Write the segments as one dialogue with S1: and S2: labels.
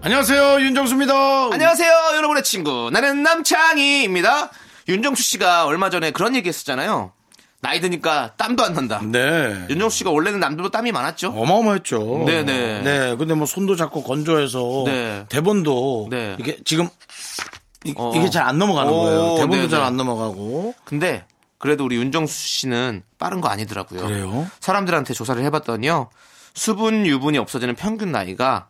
S1: 안녕하세요 윤정수입니다.
S2: 안녕하세요, 여러분의 친구. 나는 남창희입니다. 윤정수 씨가 얼마 전에 그런 얘기 했었잖아요. 나이 드니까 땀도 안 난다.
S1: 네.
S2: 윤정수 씨가 원래는 남들보다 땀이 많았죠?
S1: 어마어마했죠.
S2: 네네.
S1: 네, 근데 뭐 손도 자꾸 건조해서
S2: 네.
S1: 대본도
S2: 네.
S1: 이게 지금 이,
S2: 어.
S1: 게 잘 안 넘어가는
S2: 오,
S1: 거예요. 대본도
S2: 네네.
S1: 잘 안 넘어가고.
S2: 근데 그래도 우리 윤정수 씨는 빠른 거 아니더라고요.
S1: 그래요?
S2: 사람들한테 조사를 해봤더니요. 수분 유분이 없어지는 평균 나이가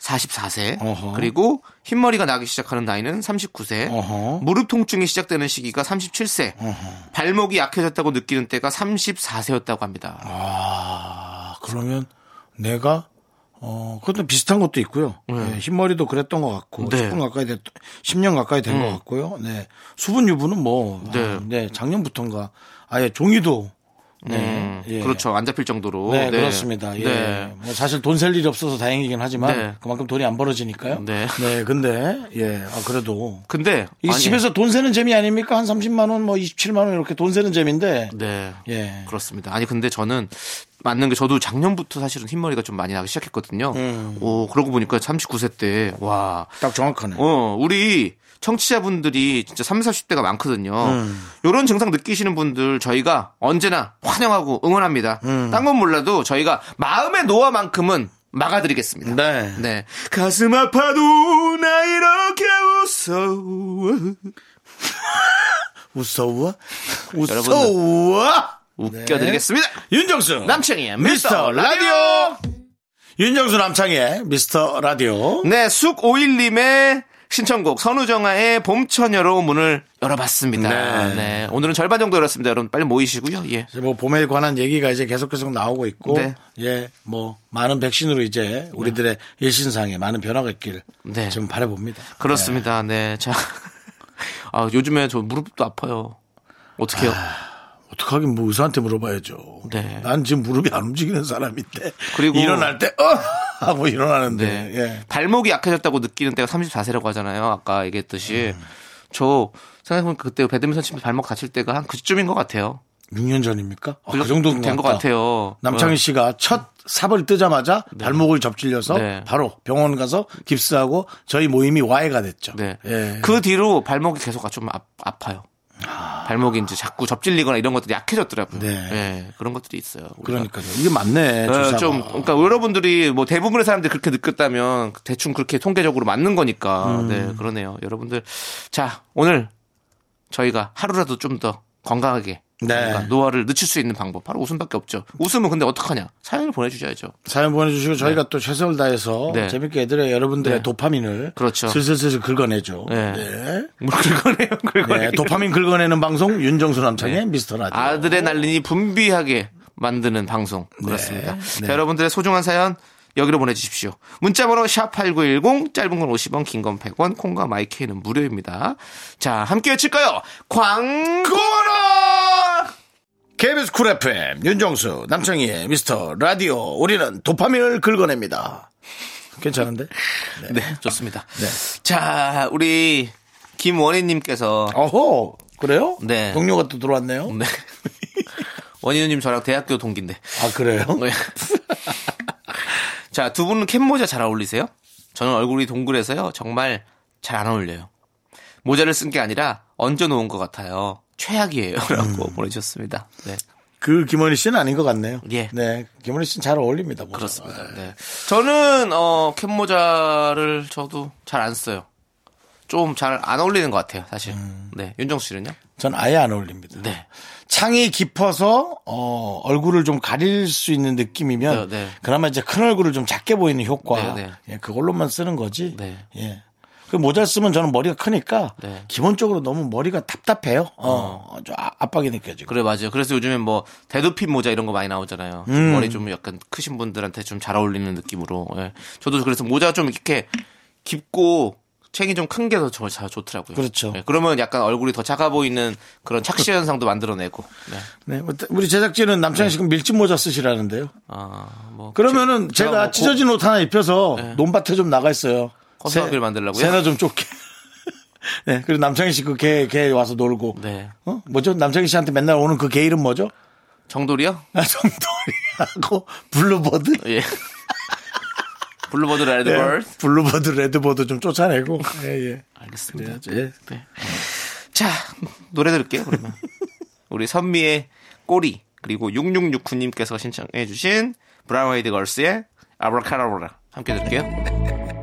S2: 44세.
S1: 어허.
S2: 그리고 흰머리가 나기 시작하는 나이는 39세.
S1: 어허. 어.
S2: 무릎 통증이 시작되는 시기가 37세. 발목이 약해졌다고 느끼는 때가 34세였다고 합니다.
S1: 아, 그러면 내가 어, 그것도 비슷한 것도 있고요. 네, 흰머리도 그랬던 것 같고,
S2: 네. 음.
S1: 10분 가까이 됐, 10년 가까이 된 것 같고요. 네. 수분 유분은 뭐, 아, 네.
S2: 네.
S1: 작년부터인가 아예 종이도. 네.
S2: 음,
S1: 예.
S2: 그렇죠. 안 잡힐 정도로.
S1: 네, 그렇습니다. 예.
S2: 네.
S1: 뭐 사실 돈 셀 일이 없어서 다행이긴 하지만
S2: 네.
S1: 그만큼 돈이 안 벌어지니까요.
S2: 네.
S1: 근데 예, 아, 그래도
S2: 근데
S1: 이
S2: 아니,
S1: 집에서 돈 세는 재미 아닙니까? 한 30만 원, 뭐 27만 원 이렇게 돈 세는 재미인데.
S2: 네.
S1: 예.
S2: 그렇습니다. 아니 근데 저는 맞는 게 저도 작년부터 사실은 흰머리가 좀 많이 나기 시작했거든요.
S1: 음.
S2: 오, 그러고 보니까 39세 때 와.
S1: 딱 정확하네.
S2: 어, 우리 청취자분들이 진짜 3, 40대가 많거든요.
S1: 음.
S2: 요런 증상 느끼시는 분들 저희가 언제나 환영하고 응원합니다.
S1: 음.
S2: 딴 건 몰라도 저희가 마음의 노화만큼은 막아드리겠습니다.
S1: 네.
S2: 네. 가슴 아파도 나 이렇게 웃어.
S1: 무서워?
S2: 여러분들.
S1: 무서워?
S2: 네. 웃겨드리겠습니다.
S1: 윤정수.
S2: 남창희의
S1: 미스터
S2: 미스터
S1: 라디오.
S2: 라디오.
S1: 윤정수 남창의 미스터 라디오.
S2: 네, 쑥오일님의 신청곡 선우정아의 봄처녀로 문을 열어봤습니다.
S1: 네.
S2: 네. 오늘은 절반 정도 열었습니다. 여러분 빨리 모이시고요. 예.
S1: 이제 뭐 봄에 관한 얘기가 이제 계속 계속 나오고 있고
S2: 네.
S1: 예 뭐 많은 백신으로 이제 우리들의 일신상에 많은 변화가 있길
S2: 네.
S1: 좀 바라봅니다.
S2: 그렇습니다. 네. 자. 아, 요즘에 저 무릎도 아파요. 어떡해요?
S1: 어떡하긴 뭐 의사한테 물어봐야죠.
S2: 네.
S1: 난 지금 무릎이 안 움직이는 사람인데
S2: 그리고-
S1: 일어날 때 어! 하고 일어나는데
S2: 네.
S1: 예.
S2: 발목이 약해졌다고 느끼는 때가 34세라고 하잖아요. 아까 얘기했듯이. 저 생각해보면 그때 배드민턴 치면서 발목 다칠 때가 한 그쯤인 것 같아요.
S1: 6년 전입니까? 아, 그 정도
S2: 된것 같아요. 어.
S1: 남창희 씨가 첫 삽을 뜨자마자 발목을 접질려서
S2: 네.
S1: 바로 병원 가서 깁스하고 저희 모임이 와해가 됐죠.
S2: 네.
S1: 예.
S2: 그 뒤로 발목이 계속 좀 아, 아파요. 발목이 이제 자꾸 접질리거나 이런 것들이 약해졌더라고요.
S1: 네.
S2: 예, 그런 것들이 있어요. 우리가.
S1: 그러니까요. 이게 맞네.
S2: 예,
S1: 조사가.
S2: 좀 그러니까 여러분들이 뭐 대부분의 사람들이 그렇게 느꼈다면 대충 그렇게 통계적으로 맞는 거니까
S1: 음.
S2: 네 그러네요 여러분들 자 오늘 저희가 하루라도 좀 더 건강하게
S1: 네.
S2: 뭔가 노화를 늦출 수 있는 방법 바로 웃음밖에 없죠 웃음은 근데 어떡하냐 사연을 보내주셔야죠
S1: 사연 보내주시고 저희가 또 최선을 다해서
S2: 네.
S1: 재밌게 애들의 여러분들의
S2: 네.
S1: 도파민을
S2: 그렇죠.
S1: 슬슬슬 긁어내죠.
S2: 네.
S1: 네.
S2: 뭐 긁어내요
S1: 네,
S2: 긁어내요
S1: 도파민 긁어내는 방송 윤정수 남창의 미스터 라디오.
S2: 네. 아드레날린이 분비하게 만드는 방송 그렇습니다.
S1: 네.
S2: 자, 여러분들의 소중한 사연 여기로 보내주십시오. 문자번호 샵 #8910 짧은 건 50원, 긴 건 100원, 콩과 마이크는 무료입니다. 자, 함께 외칠까요? 광고라.
S1: KBS 쿨 FM 윤정수 남창희의 미스터 라디오 우리는 도파민을 긁어냅니다. 괜찮은데?
S2: 네, 좋습니다. 자, 우리 김원희님께서
S1: 어허 그래요?
S2: 네.
S1: 동료가 또 들어왔네요.
S2: 네. 원희님 저랑 대학교 동기인데.
S1: 아 그래요?
S2: 네. 자, 두 분은 캡 모자 잘 어울리세요? 저는 얼굴이 동그래서요. 정말 잘 안 어울려요. 모자를 쓴 게 아니라 얹어 놓은 것 같아요. 최악이에요. 라고 보내주셨습니다. 네.
S1: 그 김원희 씨는 아닌 것 같네요.
S2: 예.
S1: 네, 김원희 씨는 잘 어울립니다. 모자가.
S2: 그렇습니다. 네. 저는, 어, 캡 모자를 저도 잘 안 써요. 좀 잘 안 어울리는 것 같아요. 사실. 네. 윤정수 씨는요?
S1: 전 아예 안 어울립니다.
S2: 네.
S1: 창이 깊어서 어, 얼굴을 좀 가릴 수 있는 느낌이면
S2: 네, 네.
S1: 그나마 이제 큰 얼굴을 좀 작게 보이는 효과
S2: 네, 네.
S1: 예, 그걸로만 쓰는 거지.
S2: 네.
S1: 예. 그 모자 쓰면 저는 머리가 크니까
S2: 네.
S1: 기본적으로 너무 머리가 답답해요. 어, 좀 아- 압박이 느껴지고.
S2: 그래 맞아요. 그래서 요즘에 뭐 대두핀 모자 이런 거 많이 나오잖아요.
S1: 음.
S2: 좀 머리 좀 약간 크신 분들한테 좀 잘 어울리는 느낌으로. 예. 저도 그래서 모자 좀 이렇게 깊고 챙이 좀 큰 게 더 좋더라고요.
S1: 그렇죠.
S2: 네, 그러면 약간 얼굴이 더 작아 보이는 그런 착시 현상도 만들어내고. 네.
S1: 네, 뭐, 우리 제작진은 남창희 씨가 밀짚 모자 쓰시라는데요.
S2: 아, 뭐
S1: 그러면은
S2: 제-
S1: 제가,
S2: 뭐 고-
S1: 찢어진 옷 하나 입혀서 논밭에 좀 나가 있어요.
S2: 건조하기를 만들라고요?
S1: 새나 좀 쫓게. 네, 그리고 남창희 씨 그 개, 개 와서 놀고.
S2: 네.
S1: 어? 뭐죠? 남창희 씨한테 맨날 오는 그 개 이름 뭐죠?
S2: 정돌이요?
S1: 아, 정돌이하고 블루버드?
S2: 예. 블루버드 레드
S1: 예,
S2: 걸.
S1: 블루버드, 레드버드 좀 쫓아내고. 예, 예.
S2: 알겠습니다.
S1: 예.
S2: 네. 자, 노래 들을게요, 그러면. 우리 선미의 꼬리, 그리고 6669님께서 신청해주신 브라운 아이드 걸스의 아브라카라브라 함께 들을게요.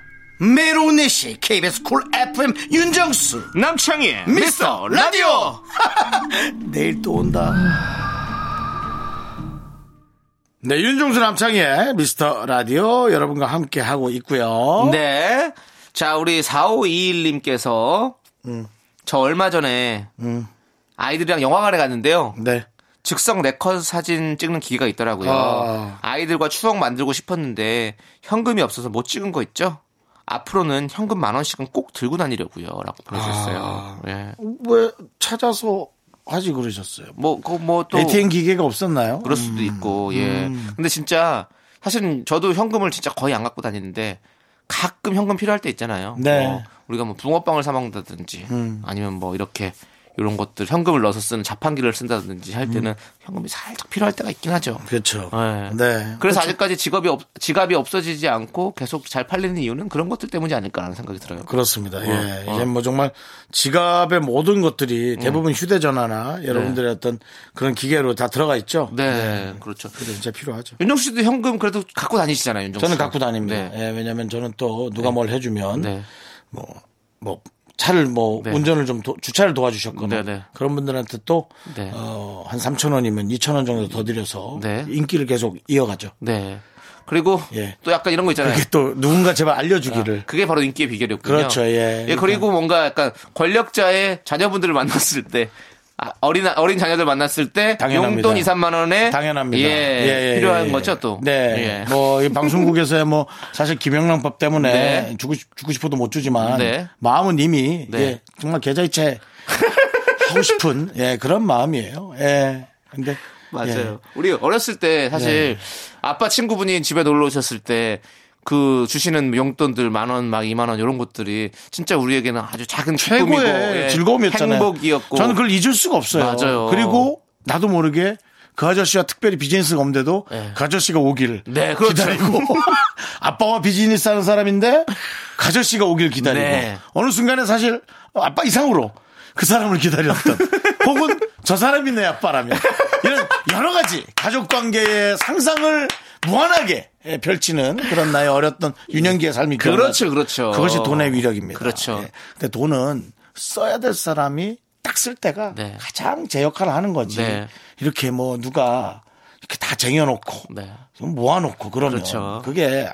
S1: 메로네시 KBS 쿨 FM 윤정수.
S2: 남창희의 미스터 라디오
S1: 내일 또 온다. 네, 윤종수 남창희의 미스터 라디오 여러분과 함께 하고 있고요.
S2: 네. 자 우리 4521님께서 저 얼마 전에 아이들이랑 영화관에 갔는데요
S1: 네.
S2: 즉석 레컷 사진 찍는 기계가 있더라고요
S1: 아.
S2: 아이들과 추억 만들고 싶었는데 현금이 없어서 못 찍은 거 있죠 앞으로는 현금 만 원씩은 꼭 들고 다니려고요 라고 보내주셨어요 예.
S1: 왜 찾아서 하지 그러셨어요?
S2: 뭐, 그거 뭐 또.
S1: ATM 기계가 없었나요?
S2: 그럴 수도 있고 예
S1: 음.
S2: 근데 진짜 사실은 저도 현금을 진짜 거의 안 갖고 다니는데 가끔 현금 필요할 때 있잖아요
S1: 네. 음.
S2: 뭐 우리가 뭐 붕어빵을 사 먹는다든지 아니면 뭐 이렇게 이런 것들 현금을 넣어서 쓰는 자판기를 쓴다든지 할 때는
S1: 음.
S2: 현금이 살짝 필요할 때가 있긴 하죠
S1: 그렇죠.
S2: 예.
S1: 네.
S2: 그래서 아직까지 직업이 없, 지갑이 없어지지 않고 계속 잘 팔리는 이유는 그런 것들 때문이 아닐까라는 생각이 들어요
S1: 그렇습니다. 예.
S2: 어. 음.
S1: 이제 뭐 정말 지갑의 모든 것들이 대부분 휴대전화나 여러분들의 어떤 그런 기계로 다 들어가 있죠.
S2: 네, 그렇죠
S1: 그래서 진짜 필요하죠.
S2: 윤정수 씨도 현금 그래도 갖고 다니시잖아요 윤정수
S1: 저는
S2: 씨.
S1: 갖고 다닙니다.
S2: 네.
S1: 예, 왜냐면 하 저는 또 누가 뭘 해주면
S2: 네.
S1: 뭐, 뭐, 차를 뭐,
S2: 네.
S1: 운전을 좀 도- 주차를 도와주셨거나
S2: 네, 네.
S1: 그런 분들한테 또,
S2: 네.
S1: 어, 한 3,000원이면 2,000원 정도 더 드려서
S2: 네.
S1: 인기를 계속 이어가죠.
S2: 네. 그리고
S1: 예.
S2: 또 약간 이런 거 있잖아요
S1: 그게 또 누군가 제발 알려주기를.
S2: 아, 그게 바로 인기의 비결이었군요.
S1: 그렇죠, 예.
S2: 그리고 뭔가 약간 권력자의 자녀분들을 만났을 때 아, 어린 어린 자녀들 만났을 때
S1: 당연합니다.
S2: 용돈 2, 3만 원에
S1: 당연합니다.
S2: 예,
S1: 예, 예,
S2: 필요한
S1: 예.
S2: 거죠 또.
S1: 네.
S2: 예.
S1: 뭐, 이 방송국에서야 뭐, 사실 김영란법 때문에
S2: 네.
S1: 주고, 싶- 주고 싶어도 못 주지만,
S2: 네.
S1: 마음은 이미,
S2: 네.
S1: 예, 정말 계좌이체 하고 싶은, 예, 그런 마음이에요. 예. 근데. 예.
S2: 맞아요. 우리 어렸을 때
S1: 네.
S2: 사실 아빠 친구분이 집에 놀러 오셨을 때 그 주시는 용돈들 만 원, 막 2만 원 이런 것들이 진짜 우리에게는 아주 작은 기쁨이고
S1: 최고의
S2: 예,
S1: 즐거움이었잖아요.
S2: 행복이었고
S1: 저는 그걸 잊을 수가 없어요.
S2: 맞아요.
S1: 그리고 나도 모르게 그 아저씨와 특별히 비즈니스가 없는데도
S2: 네.
S1: 그 아저씨가 오길
S2: 네, 그렇죠.
S1: 기다리고 아빠와 비즈니스 하는 사람인데 그 아저씨가 오길 기다리고
S2: 네.
S1: 어느 순간에 사실 아빠 이상으로 그 사람을 기다렸던 혹은 저 사람이 내 아빠라면 이런 여러 가지 가족 관계의 상상을 무한하게 예, 펼치는 그런 나의 어렸던 유년기의 삶이
S2: 그렇죠,
S1: 기억나죠.
S2: 그렇죠.
S1: 그것이 돈의 위력입니다.
S2: 그렇죠.
S1: 예. 근데 돈은 써야 될 사람이 딱 쓸 때가
S2: 네.
S1: 가장 제 역할을 하는 거지.
S2: 네.
S1: 이렇게 뭐 누가 이렇게 다 쟁여놓고
S2: 네.
S1: 좀 모아놓고 그러면
S2: 그렇죠. 네.
S1: 그게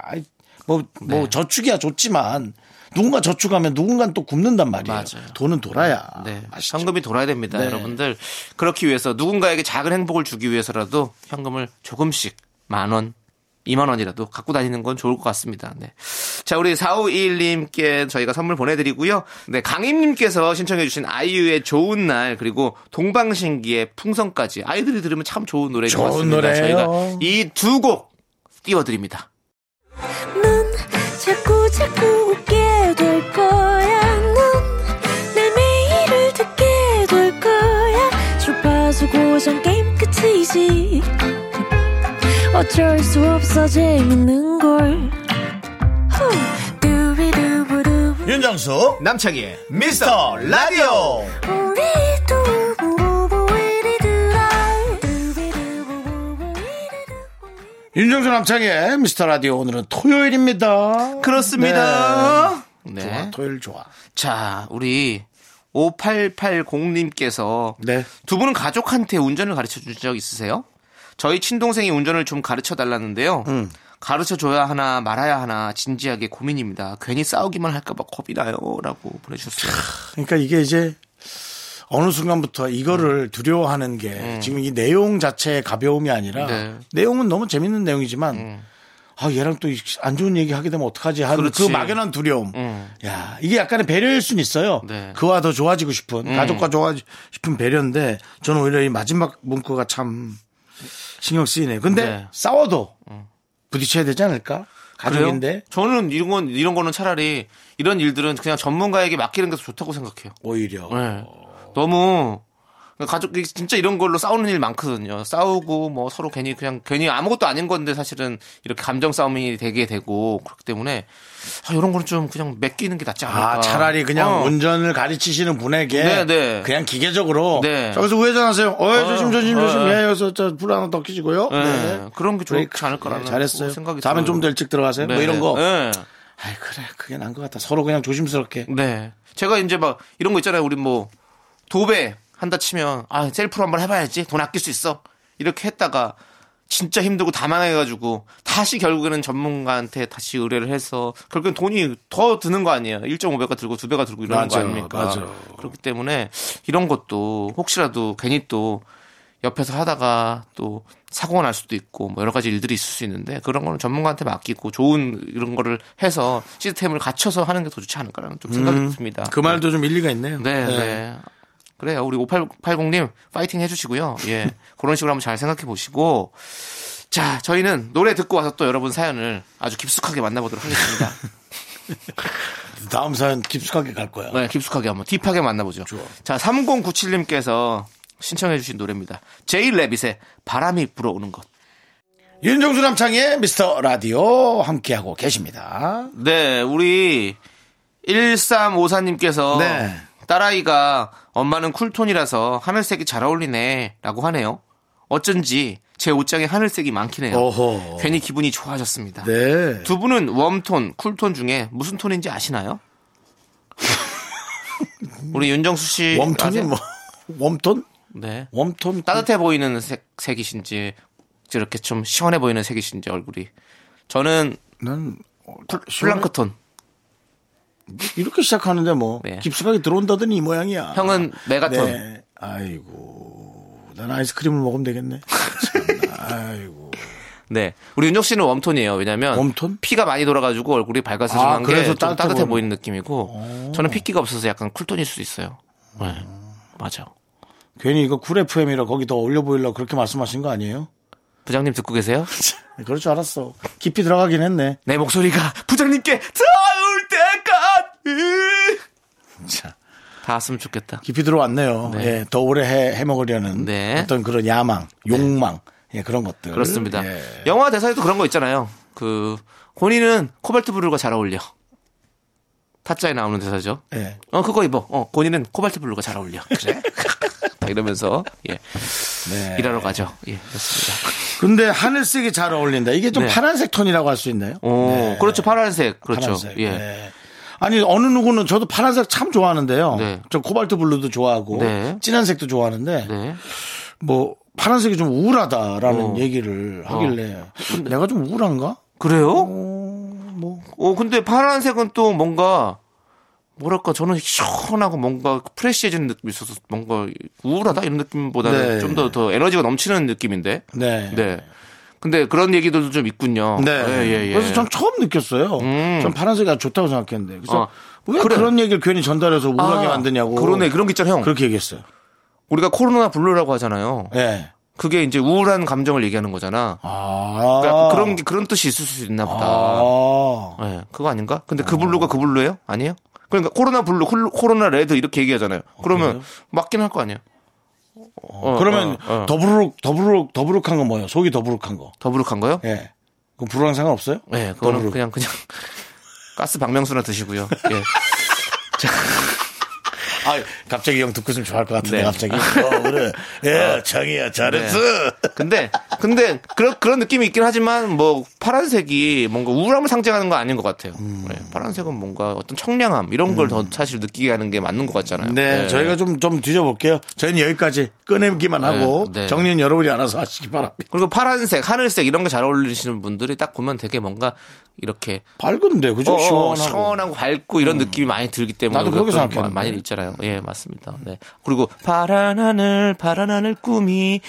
S1: 뭐뭐 저축이야 좋지만 누군가 저축하면 누군가 또 굶는단 말이에요.
S2: 맞아요.
S1: 돈은 돌아야.
S2: 네.
S1: 아시죠?
S2: 현금이 돌아야 됩니다,
S1: 네.
S2: 여러분들. 그렇기 위해서 누군가에게 작은 행복을 주기 위해서라도 현금을 조금씩 만 원, 이만 원이라도 갖고 다니는 건 좋을 것 같습니다. 네. 자, 우리 4521님께 저희가 선물 보내드리고요. 네, 강임님께서 신청해주신 아이유의 좋은 날, 그리고 동방신기의 풍선까지 아이들이 들으면 참 좋은 노래인 것
S1: 좋은
S2: 같습니다.
S1: 노래예요.
S2: 저희가 이 두 곡 띄워드립니다.
S3: 넌 자꾸 자꾸 웃게 될 거야. 넌내 매일을 듣게 될 거야. 주파수 고정 게임 끝이지. 어쩔 수 없어 재밌는 걸. 후. 두비두부두.
S1: 윤정수
S2: 남창희의
S1: 미스터 라디오.
S3: 우리 두부부부 우리 두라. 두비두부부부 우리 두라.
S1: 윤정수 남창의 미스터 라디오 오늘은 토요일입니다.
S2: 그렇습니다. 네. 네.
S1: 좋아. 토요일 좋아.
S2: 자, 우리 5880님께서
S1: 네.
S2: 두 분은 가족한테 운전을 가르쳐 준 적 있으세요? 저희 친동생이 운전을 좀 가르쳐 달라는데요.
S1: 음.
S2: 가르쳐 줘야 하나 말아야 하나 진지하게 고민입니다. 괜히 싸우기만 할까봐 겁이 나요라고 보내주셨어요.
S1: 그러니까 이게 이제 어느 순간부터 이거를
S2: 음.
S1: 두려워하는 게 지금 이 내용 자체의 가벼움이 아니라
S2: 네. 음.
S1: 내용은 너무 재밌는 내용이지만 아 얘랑 또 안 좋은 얘기 하게 되면 어떡하지 하는 그
S2: 그렇지.
S1: 막연한 두려움.
S2: 음.
S1: 야 이게 약간의 배려일 순 있어요.
S2: 네. 음.
S1: 그와 더 좋아지고 싶은 가족과 좋아지고 싶은 배려인데 저는 오히려 이 마지막 문구가 참 신경 쓰이네요. 근데
S2: 네.
S1: 싸워도 부딪혀야 되지 않을까? 가족인데
S2: 그래요? 저는 이런 건 이런 거는 차라리 이런 일들은 그냥 전문가에게 맡기는 게 더 좋다고 생각해요.
S1: 오히려
S2: 네. 너무 가족이 진짜 이런 걸로 싸우는 일 많거든요. 싸우고 뭐 서로 괜히 그냥 괜히 아무것도 아닌 건데 사실은 이렇게 감정 싸움이 되게 되고 그렇기 때문에 아, 이런 거는 좀 그냥 맡기는 게 낫지 않을까.
S1: 아, 차라리 그냥
S2: 어.
S1: 운전을 가르치시는 분에게
S2: 네, 네.
S1: 그냥 기계적으로
S2: 네.
S1: 저기서 우회전하세요. 어, 조심 조심 조심.
S2: 어.
S1: 예, 여기서 저불 하나 더 끼시고요.
S2: 네.
S1: 네.
S2: 그런 게
S1: 브레이크.
S2: 좋지 않을까라는
S1: 네, 잘했어요.
S2: 생각이
S1: 다음엔
S2: 들어요.
S1: 좀 더 일찍 들어가세요. 뭐 이런 거.
S2: 네.
S1: 아이 그래 그게 나은 것 같다. 서로 그냥 조심스럽게.
S2: 네. 제가 이제 막 이런 거 있잖아요. 우리 뭐 도배 한다 치면 아 셀프로 한번 해봐야지 돈 아낄 수 있어 이렇게 했다가 진짜 힘들고 다 망해가지고 다시 결국에는 전문가한테 다시 의뢰를 해서 결국엔 돈이 더 드는 거 아니에요. 1.5배가 들고 2배가 들고 이러는 거
S1: 맞아요.
S2: 아닙니까?
S1: 맞아요.
S2: 그렇기 때문에 이런 것도 혹시라도 괜히 또 옆에서 하다가 또 사고가 날 수도 있고 뭐 여러 가지 일들이 있을 수 있는데 그런 거는 전문가한테 맡기고 좋은 이런 거를 해서 시스템을 갖춰서 하는 게 더 좋지 않을까라는 좀 생각이 듭니다.
S1: 그 말도 좀 일리가 있네요.
S2: 네, 네. 그래요. 우리 5880님 파이팅 해주시고요. 예. 그런 식으로 한번 잘 생각해 보시고. 자, 저희는 노래 듣고 와서 또 여러분 사연을 아주 깊숙하게 만나보도록 하겠습니다.
S1: 다음 사연 깊숙하게 갈 거야.
S2: 네, 깊숙하게 한번 딥하게 만나보죠.
S1: 좋아.
S2: 자, 3097님께서 신청해주신 노래입니다. 제이 레빗의 바람이 불어오는 것.
S1: 윤정수 남창의 미스터 라디오 함께하고 계십니다.
S2: 네, 우리 1354님께서
S1: 네.
S2: 딸아이가 엄마는 쿨톤이라서 하늘색이 잘 어울리네 라고 하네요. 어쩐지 제 옷장에 하늘색이 많긴 해요.
S1: 어허.
S2: 네. 괜히 기분이 좋아졌습니다.
S1: 네.
S2: 두 분은 웜톤, 쿨톤 중에 무슨 톤인지 아시나요? 우리 윤정수 씨
S1: 웜톤이
S2: 아세요?
S1: 뭐 웜톤?
S2: 네.
S1: 웜톤
S2: 따뜻해 보이는 색, 색이신지 이렇게 좀 시원해 보이는 색이신지 얼굴이 저는
S1: 난
S2: 플랑크톤
S1: 이렇게 시작하는데 뭐
S2: 네.
S1: 깊숙하게 들어온다더니 이 모양이야.
S2: 형은 메가톤
S1: 네. 아이고. 난 아이스크림을 먹으면 되겠네. 참나, 아이고.
S2: 네. 우리 윤혁 씨는 웜톤이에요. 왜냐면
S1: 웜톤?
S2: 피가 많이 돌아가지고 얼굴이 밝아서
S1: 아,
S2: 한
S1: 그래서
S2: 게좀 따뜻해,
S1: 따뜻해 보이는-
S2: 보이는 느낌이고 저는 핏기가 없어서 약간 쿨톤일 수도 있어요. 네. 맞아.
S1: 괜히 이거 쿨 FM이라 거기 더 올려 보이려고 그렇게 말씀하신 거 아니에요? 네,
S2: 부장님 듣고 계세요?
S1: 그럴 줄 알았어. 깊이 들어가긴 했네.
S2: 내 목소리가 부장님께 닿을 때까지
S1: 자,
S2: 닿았으면 좋겠다.
S1: 깊이 들어왔네요.
S2: 네.
S1: 예, 더 오래 해, 해먹으려는
S2: 네.
S1: 어떤 그런 야망, 욕망, 예, 그런 것들.
S2: 그렇습니다.
S1: 예.
S2: 영화 대사에도 그런 거 있잖아요. 그 고니는 코발트 블루가 잘 어울려. 타짜에 나오는 대사죠.
S1: 예.
S2: 어 그거 입어. 어 고니는 코발트 블루가 잘 어울려. 그래. 막 이러면서 예
S1: 네.
S2: 일하러 가죠. 예 그렇습니다.
S1: 근데 하늘색이 잘 어울린다. 이게 좀
S2: 네.
S1: 파란색 톤이라고 할 수 있나요?
S2: 오 그렇죠 파란색 그렇죠.
S1: 네. 파란색.
S2: 예.
S1: 네. 아니 어느 누구는 저도 파란색 참 좋아하는데요.
S2: 네.
S1: 저 코발트 블루도 좋아하고
S2: 네.
S1: 진한 색도 좋아하는데
S2: 네.
S1: 뭐 파란색이 좀 우울하다라는
S2: 어.
S1: 얘기를 하길래 내가 좀 우울한가? 어,
S2: 그래요?
S1: 뭐
S2: 어 근데 파란색은 또 뭔가 뭐랄까 저는 시원하고 뭔가 프레시해지는 느낌이 있어서 뭔가 우울하다 이런 느낌보다는
S1: 네.
S2: 좀 더 더 에너지가 넘치는 느낌인데.
S1: 네.
S2: 네. 근데 그런 얘기들도 좀 있군요.
S1: 네.
S2: 예, 예, 예.
S1: 그래서 전 처음 느꼈어요.
S2: 음.
S1: 전 파란색이 아주 좋다고 생각했는데. 그래서
S2: 어.
S1: 왜
S2: 그래.
S1: 그런 얘기를 괜히 전달해서 우울하게
S2: 아,
S1: 만드냐고.
S2: 그러네. 그런 게 있잖아요, 형.
S1: 그렇게 얘기했어요.
S2: 우리가 코로나 블루라고 하잖아요.
S1: 예.
S2: 그게 이제 우울한 감정을 얘기하는 거잖아.
S1: 아.
S2: 그러니까 그런 게- 그런 뜻이 있을 수 있나 보다.
S1: 아.
S2: 예. 그거 아닌가? 근데 그 블루가 그 블루예요? 아니에요? 그러니까 코로나 블루, 콜- 코로나 레드 이렇게 얘기하잖아요. 그러면 맞긴 할 거 아니에요. 어,
S1: 그러면
S2: 어, 어.
S1: 더부룩 더부룩 더부룩한 건 뭐예요? 속이 더부룩한 거.
S2: 더부룩한 거요?
S1: 예. 그럼 불호랑 상관없어요?
S2: 예, 그거는
S1: 더부룩.
S2: 그냥 그냥 가스 박명수나 드시고요. 예.
S1: 아, 갑자기 형 듣고 있으면 좋아할 것 같은데
S2: 네.
S1: 갑자기. 어, 네. 그래. 예, 장이야 잘했어.
S2: 근데 근데 그런 그런 느낌이 있긴 하지만 뭐 파란색이 뭔가 우울함을 상징하는 건 아닌 것 같아요.
S1: 음.
S2: 네, 파란색은 뭔가 어떤 청량함 이런 걸 더 사실 느끼게 하는 게 맞는 것 같잖아요.
S1: 네,
S2: 네.
S1: 저희가 좀, 좀 뒤져볼게요. 저희는 여기까지 꺼내기만 하고
S2: 네.
S1: 정리는 여러분이 알아서 하시기 바랍니다.
S2: 그리고 파란색, 하늘색 이런 거 잘 어울리시는 분들이 딱 보면 되게 뭔가 이렇게
S1: 밝은데, 그죠?
S2: 어, 시원하고.
S1: 시원하고. 음.
S2: 밝고 이런 느낌이 많이 들기 때문에
S1: 나도 그렇게
S2: 그것도
S1: 생각했는데.
S2: 많이 있잖아요. 예, 맞습니다. 네. 그리고 파란 하늘, 파란 하늘 꿈이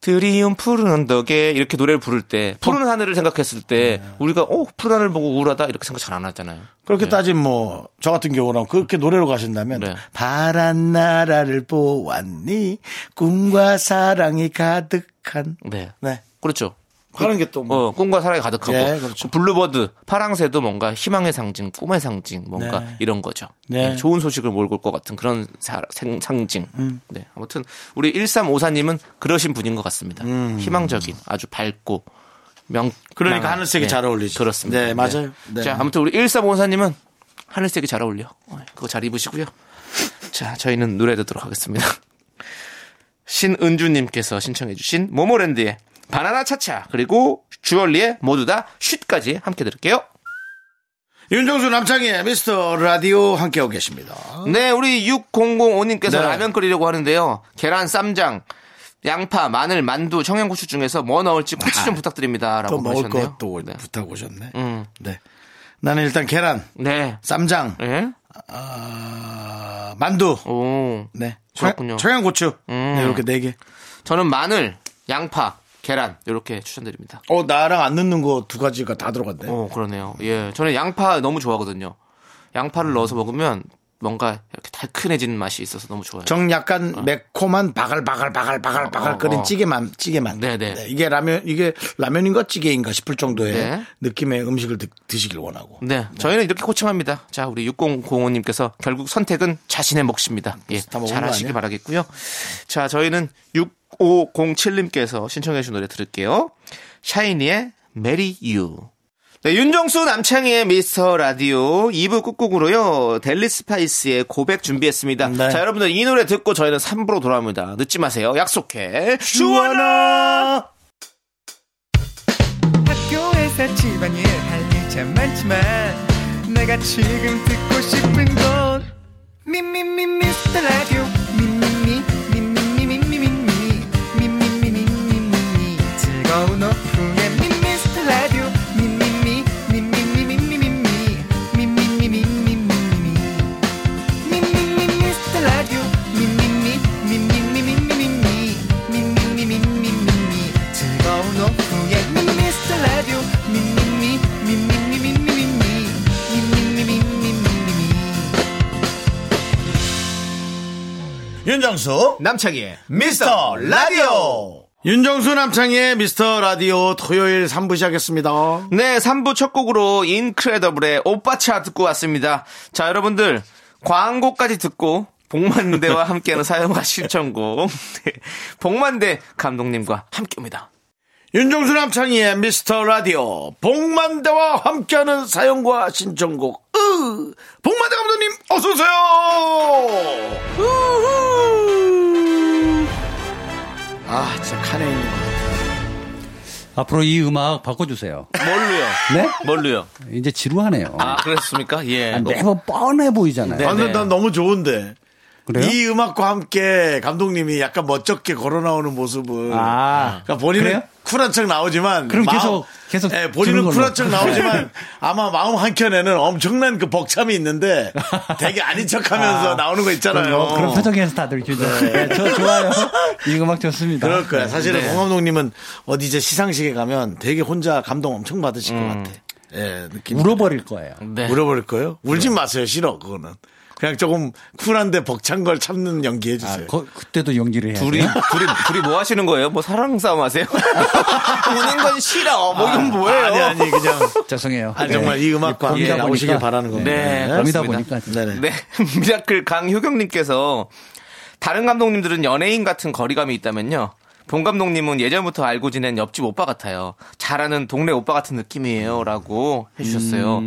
S2: 드리운 푸른 언덕에 이렇게 노래를 부를 때 푸른 하늘을 생각했을 때
S1: 음.
S2: 우리가 어 푸른 하늘 보고 우울하다 이렇게 생각 잘 안 하잖아요.
S1: 그렇게 따지면 뭐, 저 같은 경우는 그렇게 노래로 가신다면,
S2: 네.
S1: 바란 나라를 보았니? 꿈과 사랑이 가득한.
S2: 네,
S1: 네.
S2: 그렇죠.
S1: 하는 게 또 뭐.
S2: 어, 꿈과 사랑이 가득하고
S1: 예, 그렇죠.
S2: 그 블루버드 파랑새도 뭔가 희망의 상징, 꿈의 상징, 뭔가
S1: 네.
S2: 이런 거죠.
S1: 네.
S2: 네, 좋은 소식을 몰고 올 것 같은 그런 사- 생- 상징.
S1: 음.
S2: 네, 아무튼 우리 1354님은 그러신 분인 것 같습니다.
S1: 음.
S2: 희망적인, 아주 밝고 명.
S1: 그러니까
S2: 망한.
S1: 하늘색이
S2: 네,
S1: 잘 어울리죠.
S2: 그렇습니다.
S1: 네, 맞아요. 네.
S2: 자, 아무튼 우리 1354님은 하늘색이 잘 어울려. 어, 그거 잘 입으시고요. 자, 저희는 노래 듣도록 하겠습니다. 신은주님께서 신청해주신 모모랜드의 바나나 차차 그리고 주얼리의 모두 다 슛까지 함께 들을게요.
S1: 윤정수 남창희의 미스터 라디오 함께하고 계십니다.
S2: 네, 우리 6005님께서
S1: 네.
S2: 라면 끓이려고 하는데요. 계란, 쌈장, 양파, 마늘, 만두, 청양고추 중에서 뭐 넣을지 코치 좀 부탁드립니다라고
S1: 아. 또 먹을
S2: 하셨네요.
S1: 것도
S2: 아, 네.
S1: 부탁 오셨네.
S2: 음.
S1: 네. 나는 일단 계란,
S2: 네.
S1: 쌈장,
S2: 예?
S1: 아, 만두,
S2: 오.
S1: 네.
S2: 그렇군요.
S1: 청양, 고추
S2: 음.
S1: 네, 이렇게 네 개.
S2: 저는 마늘, 양파, 계란 이렇게 추천드립니다.
S1: 어, 나랑 안 넣는 거 두 가지가 다 들어갔네.
S2: 어, 그러네요. 예. 저는 양파 너무 좋아하거든요. 양파를 넣어서 먹으면 뭔가 이렇게 달큰해지는 맛이 있어서 너무 좋아요.
S1: 정 약간 매콤한 바글바글바글바글바글
S2: 어,
S1: 끓인
S2: 어.
S1: 찌개만 찌개만.
S2: 네네.
S1: 이게 라면 이게 라면인가 찌개인가 싶을 정도의
S2: 네.
S1: 느낌의 음식을 드, 드시길 원하고.
S2: 네. 저희는 이렇게 코칭합니다. 자, 우리 6005님께서 결국 선택은 자신의 몫입니다. 예.
S1: 다 먹은
S2: 잘
S1: 아, 거
S2: 하시길
S1: 아니야?
S2: 바라겠고요. 자, 저희는 6507님께서 신청해주신 노래 들을게요. 샤이니의 메리 유. 네, 윤정수 남창희의 미스터 라디오 2부 꾹꾹으로요, 델리 스파이스의 고백 준비했습니다.
S1: 네.
S2: 자, 여러분들 이 노래 듣고 저희는 3부로 돌아옵니다. 늦지 마세요. 약속해.
S1: 주원아
S4: 학교에서 집안일 할 일 참 많지만 내가 지금 듣고 싶은 건 미미미 미스터 라디오 미미미 미미미 미미미 미미미 미미미 즐거운 오후에 미스터 라디오 미미미 미미미 미미미 미미미 미미미
S1: 윤정수
S2: 남창희의
S1: 미스터 라디오. 윤정수 남창의 미스터 라디오 토요일 3부 시작했습니다.
S2: 네, 3부 첫 곡으로 인크레더블의 오빠차 듣고 왔습니다. 자, 여러분들 광고까지 듣고 복만대와 함께하는 사연과 신청곡 네, 복만대 감독님과 함께입니다.
S1: 윤정수 남창희의 미스터 라디오 복만대와 함께하는 사연과 신청곡 으 복만대 감독님 어서 오세요. 우후. 아 진짜 칸에 있는 거.
S5: 앞으로 이 음악 바꿔주세요.
S2: 뭘로요?
S5: 네?
S2: 뭘로요?
S5: 이제 지루하네요.
S2: 아, 그렇습니까? 예.
S5: 아, 매번 뻔해 보이잖아요.
S2: 네.
S1: 아, 근데 난 너무 좋은데.
S5: 그래요?
S1: 이 음악과 함께 감독님이 약간 멋쩍게 걸어 나오는 모습은
S5: 아.
S1: 그러니까 본인은
S5: 그래요?
S1: 쿨한 척 나오지만
S5: 그럼 계속, 계속
S1: 예,
S5: 주는
S1: 본인은
S5: 걸로.
S1: 쿨한 척 나오지만 아마 마음 한켠에는 엄청난 그 벅참이 있는데 되게 아닌 척하면서 나오는 거 있잖아요.
S6: 뭐
S1: 어,
S5: 그런 표정에서 다들 규정. 네, 저 좋아요. 이 음악 좋습니다.
S1: 럴
S6: 네.
S1: 거야. 사실은
S5: 네.
S1: 홍 감독님은 어디 이제 시상식에 가면 되게 혼자 감동 엄청 받으실 것 같아. 예, 느낌.
S5: 음. 울어버릴 거예요.
S2: 네.
S1: 울어버릴 거예요? 울지 마세요. 싫어 그거는. 그냥 조금 쿨한데 벅찬 걸 참는 연기해
S5: 아,
S1: 주세요.
S5: 거- 그때도 연기를 해야
S2: 네? 둘이
S5: 돼요?
S2: 둘이 둘이 뭐 하시는 거예요? 뭐 사랑 싸움 하세요? 우는 건 싫어. 뭐 이건 뭐예요?
S1: 아니 아니 그냥
S5: 죄송해요.
S1: 아 정말
S6: 네.
S1: 이 음악과 함께
S5: 네. 예, 보이다
S1: 나오시길
S5: 보니까.
S1: 바라는 겁니다.
S2: 네,
S1: 네.
S5: 그러다
S2: 그렇습니다.
S5: 보니까
S1: 네네.
S2: 네. 미라클 강효경님께서 다른 감독님들은 연예인 같은 거리감이 있다면요. 본 감독님은 예전부터 알고 지낸 음. 옆집 오빠 같아요. 잘하는 동네 오빠 같은 느낌이에요. 라고 해주셨어요.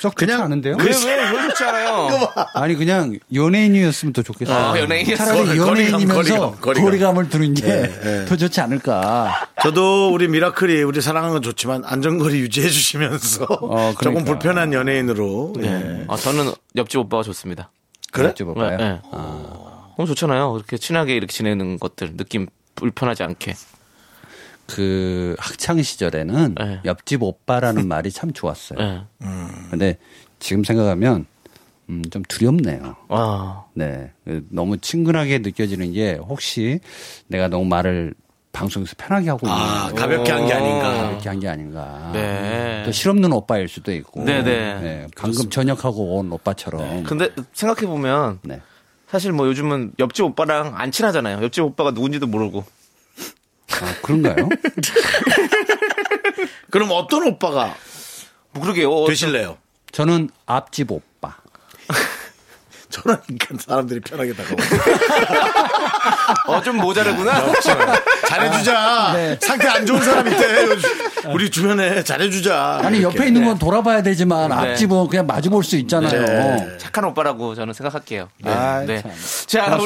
S6: 썩 좋지
S1: 그냥-
S6: 않은데요?
S1: 그-
S2: 왜, 왜, 왜 좋지 않아요?
S6: 아니 그냥 연예인이었으면 더 좋겠어요.
S2: 아, 연예인이었어.
S6: 차라리
S1: 거리-
S6: 연예인이면서
S1: 거리감, 거리감.
S6: 거리감, 을 두는 게 더
S1: 예.
S6: 좋지 않을까.
S1: 저도 우리 미라클이 우리 사랑하는 건 좋지만 안전거리 유지해 주시면서
S6: 그러니까.
S1: 조금 불편한 연예인으로 예.
S2: 아, 저는 옆집 오빠가 좋습니다.
S1: 그래?
S2: 네,
S6: 여쭤볼까요?
S2: 네.
S1: 아.
S2: 너무 좋잖아요. 이렇게 친하게 이렇게 지내는 것들 느낌 불편하지 않게.
S6: 그 학창 시절에는
S2: 예.
S6: 옆집 오빠라는 말이 참 좋았어요.
S2: 네.
S6: 근데 지금 생각하면 음, 좀 두렵네요.
S2: 아,
S6: 네. 그 너무 친근하게 느껴지는 게 혹시 내가 너무 말을 방송에서 편하게 하고 있는
S1: 아 가볍게 한 게 아닌가
S6: 이렇게 한 게 아닌가.
S2: 네.
S6: 또 실없는 오빠일 수도 있고.
S2: 네, 네.
S6: 방금 전역하고 온 오빠처럼.
S2: 근데 생각해 보면
S6: 네.
S2: 사실 뭐 요즘은 옆집 오빠랑 안 친하잖아요. 옆집 오빠가 누군지도 모르고.
S6: 아, 그런가요?
S1: 그럼 어떤 오빠가
S2: 뭐 그러게요.
S1: 되실래요?
S6: 저는 앞집 오빠.
S1: 저는 그러니까 사람들이 편하게 다가오고
S2: 어 좀
S1: 네.
S2: 모자르구나.
S1: 잘해주자 네. 상태 안 좋은 사람 있대 요즘. 우리 주변에 잘해주자
S6: 아니
S1: 이렇게.
S6: 옆에 있는 건 돌아봐야 되지만
S2: 네.
S6: 앞집은 그냥 마주 볼 수 있잖아요.
S1: 네.
S2: 착한 오빠라고 저는 생각할게요. 네.
S6: 아,
S2: 네.
S6: 참.
S2: 자,
S6: 고맙습니다.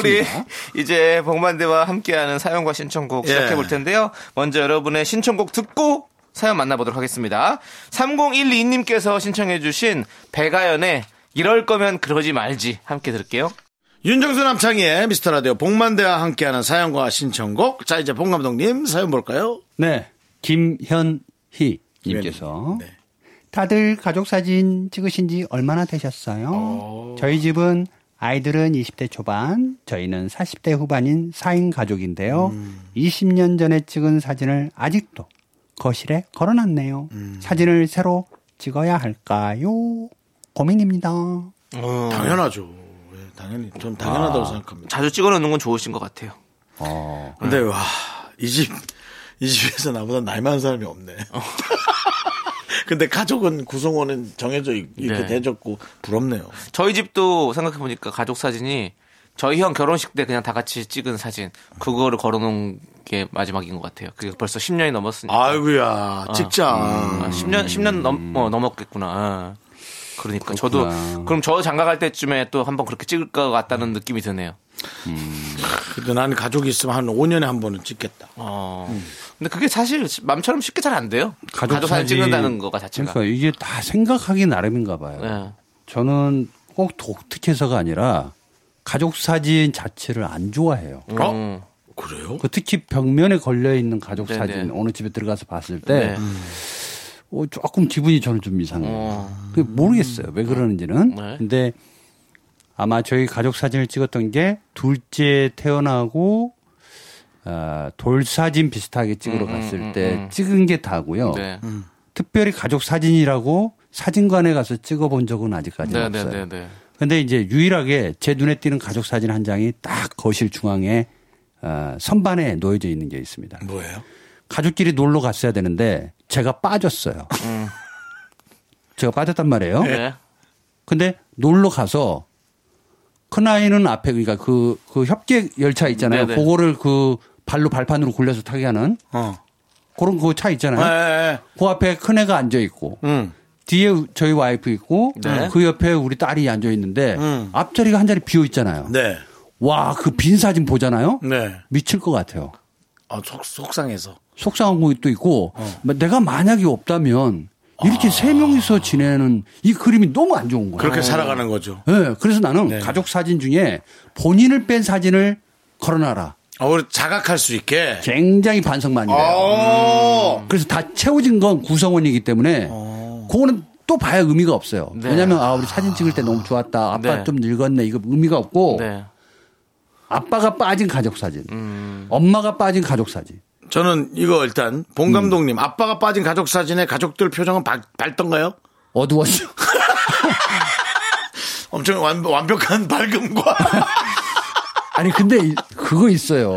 S2: 우리 이제 복만대와 함께하는 사연과 신청곡
S1: 예.
S2: 시작해 볼 텐데요. 먼저 여러분의 신청곡 듣고 사연 만나보도록 하겠습니다. 3012님께서 신청해 주신 배가연의 이럴 거면 그러지 말지 함께 들을게요.
S1: 윤정수 남창희의 미스터라디오 복만대와 함께하는 사연과 신청곡 자 이제 봉 감독님 사연 볼까요?
S6: 네. 김현희 님께서
S1: 네.
S7: 다들 가족 사진 찍으신 지 얼마나 되셨어요? 저희 집은 아이들은 20대 초반, 저희는 40대 후반인 4인 가족인데요.
S6: 음.
S7: 20년 전에 찍은 사진을 아직도 거실에 걸어놨네요.
S6: 음.
S7: 사진을 새로 찍어야 할까요? 고민입니다.
S6: 어.
S1: 당연하죠 예, 당연히 전 당연하다고 생각합니다
S2: 자주 찍어 놓는 건 좋으신 것 같아요.
S6: 어.
S1: 근데 와이 집, 이 집에서 나보다 나이 많은 사람이 없네. 근데 가족은 구성원은 정해져 있- 이렇게
S2: 네.
S1: 되졌고 부럽네요.
S2: 저희 집도 생각해 보니까 가족 사진이 저희 형 결혼식 때 그냥 다 같이 찍은 사진 그거를 걸어놓은 게 마지막인 것 같아요. 그게 벌써 10년이 넘었으니까.
S1: 아이고야 음. 찍자.
S2: 아, 10년, 10년 넘, 어, 넘었겠구나. 아. 그러니까 저도 그럼 저 장가 갈 때쯤에 또 한번 그렇게 찍을 것 같다는 느낌이 드네요.
S1: 근데 나는 가족이 있으면 한 5년에 한 번은 찍겠다.
S2: 어. 근데 그게 사실 맘처럼 쉽게 잘 안 돼요. 가족, 사진
S6: 음. 사진.
S2: 찍는다는 거가 자체가.
S6: 그러니까 이게 다 생각하기 나름인가 봐요.
S2: 예.
S6: 저는 꼭 독특해서가 아니라 가족 사진 자체를 안 좋아해요.
S2: 음.
S1: 어? 그래요?
S6: 그 특히 벽면에 걸려 있는 가족
S2: 네네.
S6: 사진 어느 집에 들어가서 봤을 때
S2: 네.
S6: 어, 조금 기분이 저는 좀 이상해요.
S2: 어.
S6: 그게 모르겠어요. 왜 그러는지는.
S2: 네.
S6: 근데 아마 저희 가족 사진을 찍었던 게 둘째 태어나고 아, 돌 사진 비슷하게 찍으러 갔을
S2: 음,
S6: 때
S2: 음.
S6: 찍은 게 다고요.
S2: 네.
S6: 특별히 가족 사진이라고 사진관에 가서 찍어본 적은 아직까지
S2: 네,
S6: 는
S2: 네,
S6: 없어요.
S2: 네, 네.
S6: 근데 이제 유일하게 제 눈에 띄는 가족 사진 한 장이 딱 거실 중앙에 어, 선반에 놓여져 있는 게 있습니다.
S1: 뭐예요?
S6: 가족끼리 놀러 갔어야 되는데 제가 빠졌어요. 제가 빠졌단 말이에요.
S2: 음. 네.
S6: 근데 놀러 가서 큰아이는 앞에 그러니까 그, 그 협계 열차 있잖아요.
S2: 네네.
S6: 그거를 그 발로 발판으로 굴려서 타게 하는
S1: 어.
S6: 그런 그 차 있잖아요.
S1: 네.
S6: 그 앞에 큰애가 앉아 있고
S1: 음.
S6: 뒤에 저희 와이프 있고
S2: 네.
S6: 그 옆에 우리 딸이 앉아 있는데 앞자리가 한 자리 비어 있잖아요.
S1: 음. 네.
S6: 와 그 빈 사진 보잖아요.
S1: 네.
S6: 미칠 것 같아요.
S1: 아, 속, 속상해서.
S6: 속상한 것도 있고
S1: 어.
S6: 뭐 내가 만약에 없다면 이렇게 세 명이서 지내는 이 그림이 너무 안 좋은 거예요.
S1: 아. 그렇게 네. 살아가는 거죠.
S6: 예, 그래서 나는 가족 사진 중에 본인을 뺀 사진을 걸어놔라.
S1: 아, 우리 자각할 수 있게.
S6: 굉장히 반성 많이 해요.
S1: 어.
S6: 그래서 다 채워진 건 구성원이기 때문에 그거는 또 봐야 의미가 없어요.
S1: 네.
S6: 왜냐하면 아 우리 사진 찍을 때 너무 좋았다. 아빠
S2: 네.
S6: 좀 늙었네. 이거 의미가 없고
S2: 네.
S6: 아빠가 빠진 가족 사진,
S1: 음.
S6: 엄마가 빠진 가족 사진.
S1: 저는 이거 일단 봉 감독님 아빠가 빠진 가족 사진에 가족들 표정은 밝, 밝던가요?
S6: 어두웠죠.
S1: 엄청 완, 완벽한 밝음과.
S6: 아니 근데 이- 그거 있어요.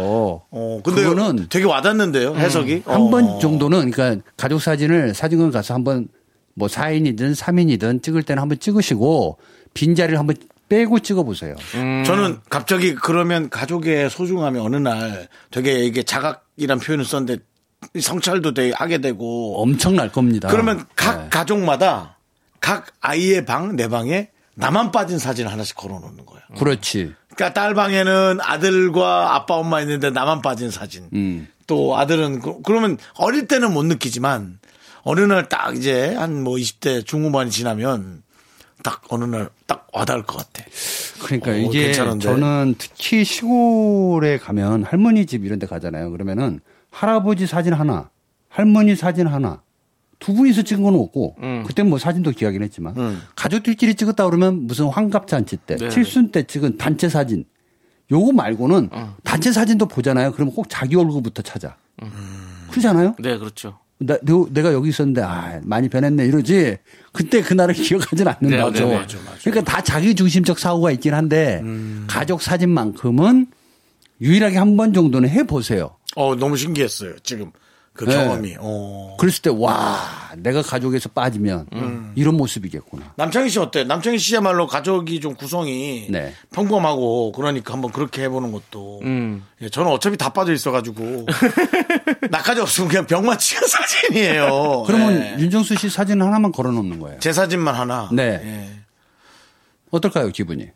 S1: 어, 근데
S6: 그거는 음,
S1: 되게 와닿는데요, 해석이. 어.
S6: 한 번 정도는 그러니까 가족 사진을 사진관 가서 한번 뭐 4인이든 3인이든 찍을 때는 한번 찍으시고 빈자리를 한번 빼고 찍어 보세요.
S1: 음. 저는 갑자기 그러면 가족의 소중함이 어느 날 되게 이게 자각이란 표현을 썼는데 성찰도 되 하게 되고
S6: 엄청날 겁니다.
S1: 그러면 각
S6: 어, 네.
S1: 가족마다 각 아이의 방, 내 방에 나만 빠진 사진 하나씩 걸어 놓는 거예요.
S6: 그렇지.
S1: 그러니까 딸 방에는 아들과 아빠 엄마 있는데 나만 빠진 사진.
S6: 음.
S1: 또 아들은 그- 그러면 어릴 때는 못 느끼지만 어느 날 딱 이제 한 뭐 20대 중후반이 지나면 딱 어느 날 딱 와닿을 것 같아.
S6: 그러니까
S1: 어,
S6: 이게
S1: 괜찮은데?
S6: 저는 특히 시골에 가면 할머니 집 이런 데 가잖아요. 그러면은 할아버지 사진 하나, 할머니 사진 하나, 두 분이서 찍은 건 없고
S1: 음.
S6: 그때 뭐 사진도 귀하긴 했지만 가족들끼리 찍었다 그러면 무슨 환갑잔치 때,
S1: 네.
S6: 칠순 때 찍은 단체 사진 요거 말고는
S1: 어.
S6: 단체 사진도 보잖아요. 그러면 꼭 자기 얼굴부터 찾아.
S1: 음.
S6: 그러잖아요.
S2: 네, 그렇죠.
S6: 나, 너- 내가 여기 있었는데 아 많이 변했네 이러지 그때 그날을 기억하진 않는다.
S2: 네, 맞아,
S6: 고
S2: 맞아, 음.
S6: 그러니까 다 자기 중심적 사고가 있긴 한데 가족 사진만큼은 유일하게 한 번 정도는 해보세요.
S1: 어, 너무 신기했어요. 지금 그
S6: 네.
S1: 경험이. 어.
S6: 그랬을 때 와 내가 가족에서 빠지면
S2: 음.
S6: 이런 모습이겠구나.
S1: 남창희 씨 어때요? 남창희 씨야말로 가족이 좀 구성이
S6: 네.
S1: 평범하고 그러니까 한번 그렇게 해보는 것도. 예, 저는 어차피 다 빠져 있어가지고 나까지 없으면 그냥 병만 찍은 사진이에요.
S6: 그러면
S2: 네.
S1: 예.
S6: 윤정수 씨 사진 하나만 걸어놓는 거예요.
S1: 제 사진만 하나.
S6: 네.
S1: 예.
S6: 어떨까요 기분이?
S2: 네.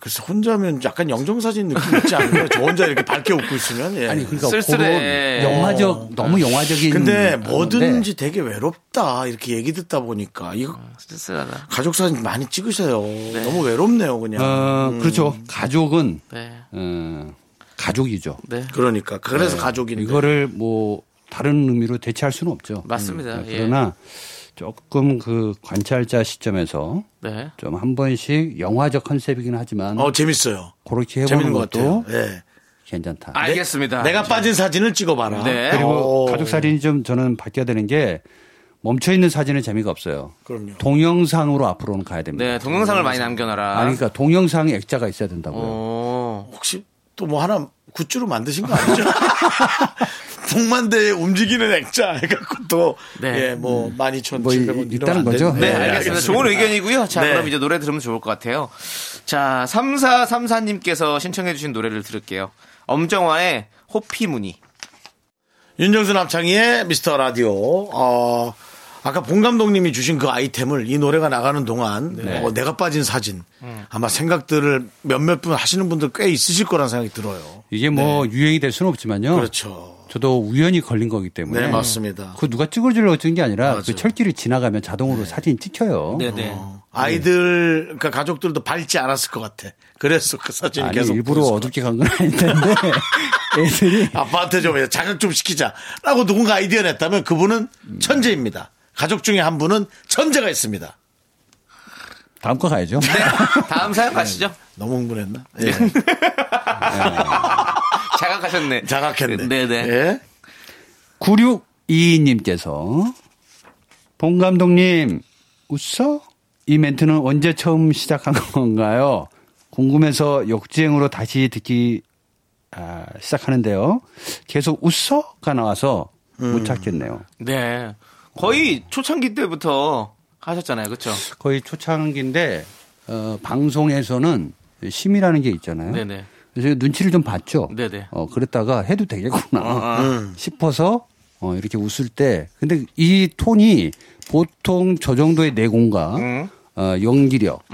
S1: 글쎄 혼자면 약간 영정사진 느낌 있지 않나요? 저 혼자 이렇게 밝게 웃고 있으면. 예.
S6: 아니 그러니까
S2: 쓸쓸해. 네.
S6: 그런 영화적 너무 영화적인. 아, 네.
S1: 근데
S6: 건데
S1: 뭐든지 되게 외롭다 이렇게 얘기 듣다 보니까 이거
S2: 네. 쓸쓸하다.
S1: 가족 사진 많이 찍으세요. 너무 외롭네요 그냥.
S6: 어, 그렇죠. 가족은
S2: 음. 네.
S6: 어, 가족이죠.
S2: 네.
S1: 그러니까 그래서 가족인데.
S6: 이거를 뭐 다른 의미로 대체할 수는 없죠.
S2: 맞습니다.
S6: 음,
S2: 예.
S6: 그러나 조금 그 관찰자 시점에서
S2: 네.
S6: 좀 한 번씩 영화적 컨셉이긴 하지만
S1: 어 재밌어요.
S6: 그렇게
S1: 재밌는
S6: 해보는
S1: 것
S6: 것도
S1: 같아요. 예.
S6: 괜찮다.
S2: 알겠습니다.
S1: 내가 빠진 사진을 찍어봐라.
S2: 네.
S6: 그리고
S1: 오.
S6: 가족 사진이 좀 저는 바뀌어야 되는 게 멈춰 있는 사진은 재미가 없어요.
S1: 그럼요.
S6: 동영상으로 앞으로는 가야 됩니다.
S2: 네, 동영상을 많이 남겨놔라.
S6: 아니 그러니까 동영상에 액자가 있어야 된다고요.
S2: 어.
S1: 혹시 또 뭐 하나 굿즈로 만드신 거 아니죠? 동만대의 움직이는 액자 해갖고 또
S2: 네.
S1: 예, 뭐 12,700원
S6: 뭐 이-
S1: 이러면
S6: 있다는
S1: 안
S6: 거죠?
S1: 되는데.
S2: 네, 알겠습니다. 좋은 의견이고요. 자,
S1: 네.
S2: 그럼 이제 노래 들으면 좋을 것 같아요. 자, 3434님께서 신청해주신 노래를 들을게요. 엄정화의 호피무늬.
S1: 윤정수 남창희의 미스터 라디오. 어, 아까 봉 감독님이 주신 그 아이템을 이 노래가 나가는 동안
S6: 네.
S1: 어, 내가 빠진 사진 아마 생각들을 몇몇 분 하시는 분들 꽤 있으실 거란 생각이 들어요.
S6: 이게 뭐 유행이 될 수는 없지만요.
S1: 네. 그렇죠.
S6: 저도 우연히 걸린 거기 때문에
S1: 네, 맞습니다.
S6: 그 누가 찍어주려고 찍은 게 아니라
S1: 맞아요.
S6: 그 철길을 지나가면 자동으로 사진 이 찍혀요.
S2: 네네.
S1: 어, 아이들 그러니까 가족들도 밟지 않았을 것 같아. 그래서 그 사진이
S6: 아니
S1: 계속
S6: 일부러
S1: 보였을 것
S6: 어둡게 간 건 아닌데 애들이
S1: 같아. 아빠한테 좀 자극 좀 시키자라고 누군가 아이디어 냈다면 그분은 천재입니다. 가족 중에 한 분은 천재가 있습니다.
S6: 다음 거 가야죠.
S2: 다음 사연 가시죠.
S1: 너무 흥분했나? 예.
S2: 자각하셨네.
S1: 자각했네.
S2: 네네.
S1: 예.
S6: 9622님께서 봉 감독님 웃어? 이 멘트는 언제 처음 시작한 건가요? 궁금해서 역주행으로 다시 듣기 아, 시작하는데요. 계속 웃어가 나와서 못 찾겠네요.
S2: 네. 거의 초창기 때부터 하셨잖아요. 그쵸?
S6: 거의 초창기인데 어, 방송에서는 심이라는 게 있잖아요.
S2: 네네.
S6: 그래서 눈치를 좀 봤죠.
S2: 네네.
S6: 어, 그랬다가 해도 되겠구나
S2: 아.
S6: 싶어서 어, 이렇게 웃을 때. 근데 이 톤이 보통 저 정도의 내공과 어, 연기력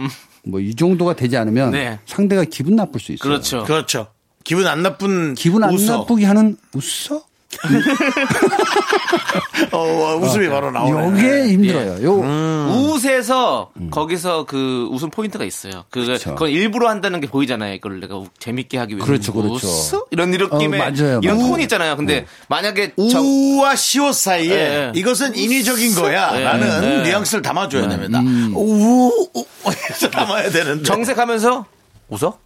S6: 뭐 이 정도가 되지 않으면
S2: 네.
S6: 상대가 기분 나쁠 수 있어요.
S2: 그렇죠.
S1: 그렇죠. 기분 안 나쁜
S6: 기분 안
S1: 웃어.
S6: 나쁘게 하는 웃어?
S1: 어, 어, 웃음이 바로 나오네. 예.
S6: 요게 힘들어요. 요
S2: 음. 웃에서 거기서 그 웃음 포인트가 있어요. 그
S6: 그렇죠.
S2: 그건 일부러 한다는 게 보이잖아요. 이걸 내가 우- 재밌게 하기 위해서
S6: 그렇죠, 그렇죠.
S2: 웃어? 이런 느낌의
S6: 어, 맞아요,
S2: 이런
S6: 맞아요.
S2: 톤이 있잖아요. 근데 만약에 저
S1: 우와 시옷 사이에
S2: 예.
S1: 이것은 인위적인 거야 라는 뉘앙스를 담아줘야 됩니다. 우우 우, 이렇게 담아야 되는데.
S2: 정색하면서 웃어?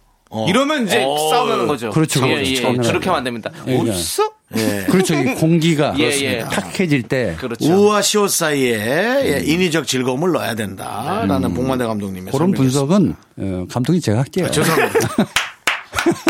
S2: 이러면 이제
S1: 어.
S2: 싸우는 거죠.
S6: 그렇죠,
S2: 예,
S6: 그렇죠.
S2: 예,
S6: 정색하면
S2: 저렇게 하면 안 됩니다.
S6: 그러니까.
S2: 웃어?
S1: 예,
S6: 그렇죠. 이 공기가
S2: 예, 예.
S6: 탁해질 때
S2: 그렇죠.
S1: 우와 시옷 사이에 예, 인위적 즐거움을 넣어야 된다라는 봉만대 감독님의
S6: 그런
S1: 설명이었습니다.
S6: 분석은 어, 감독이 제가 할게요.
S1: 죄송합니다.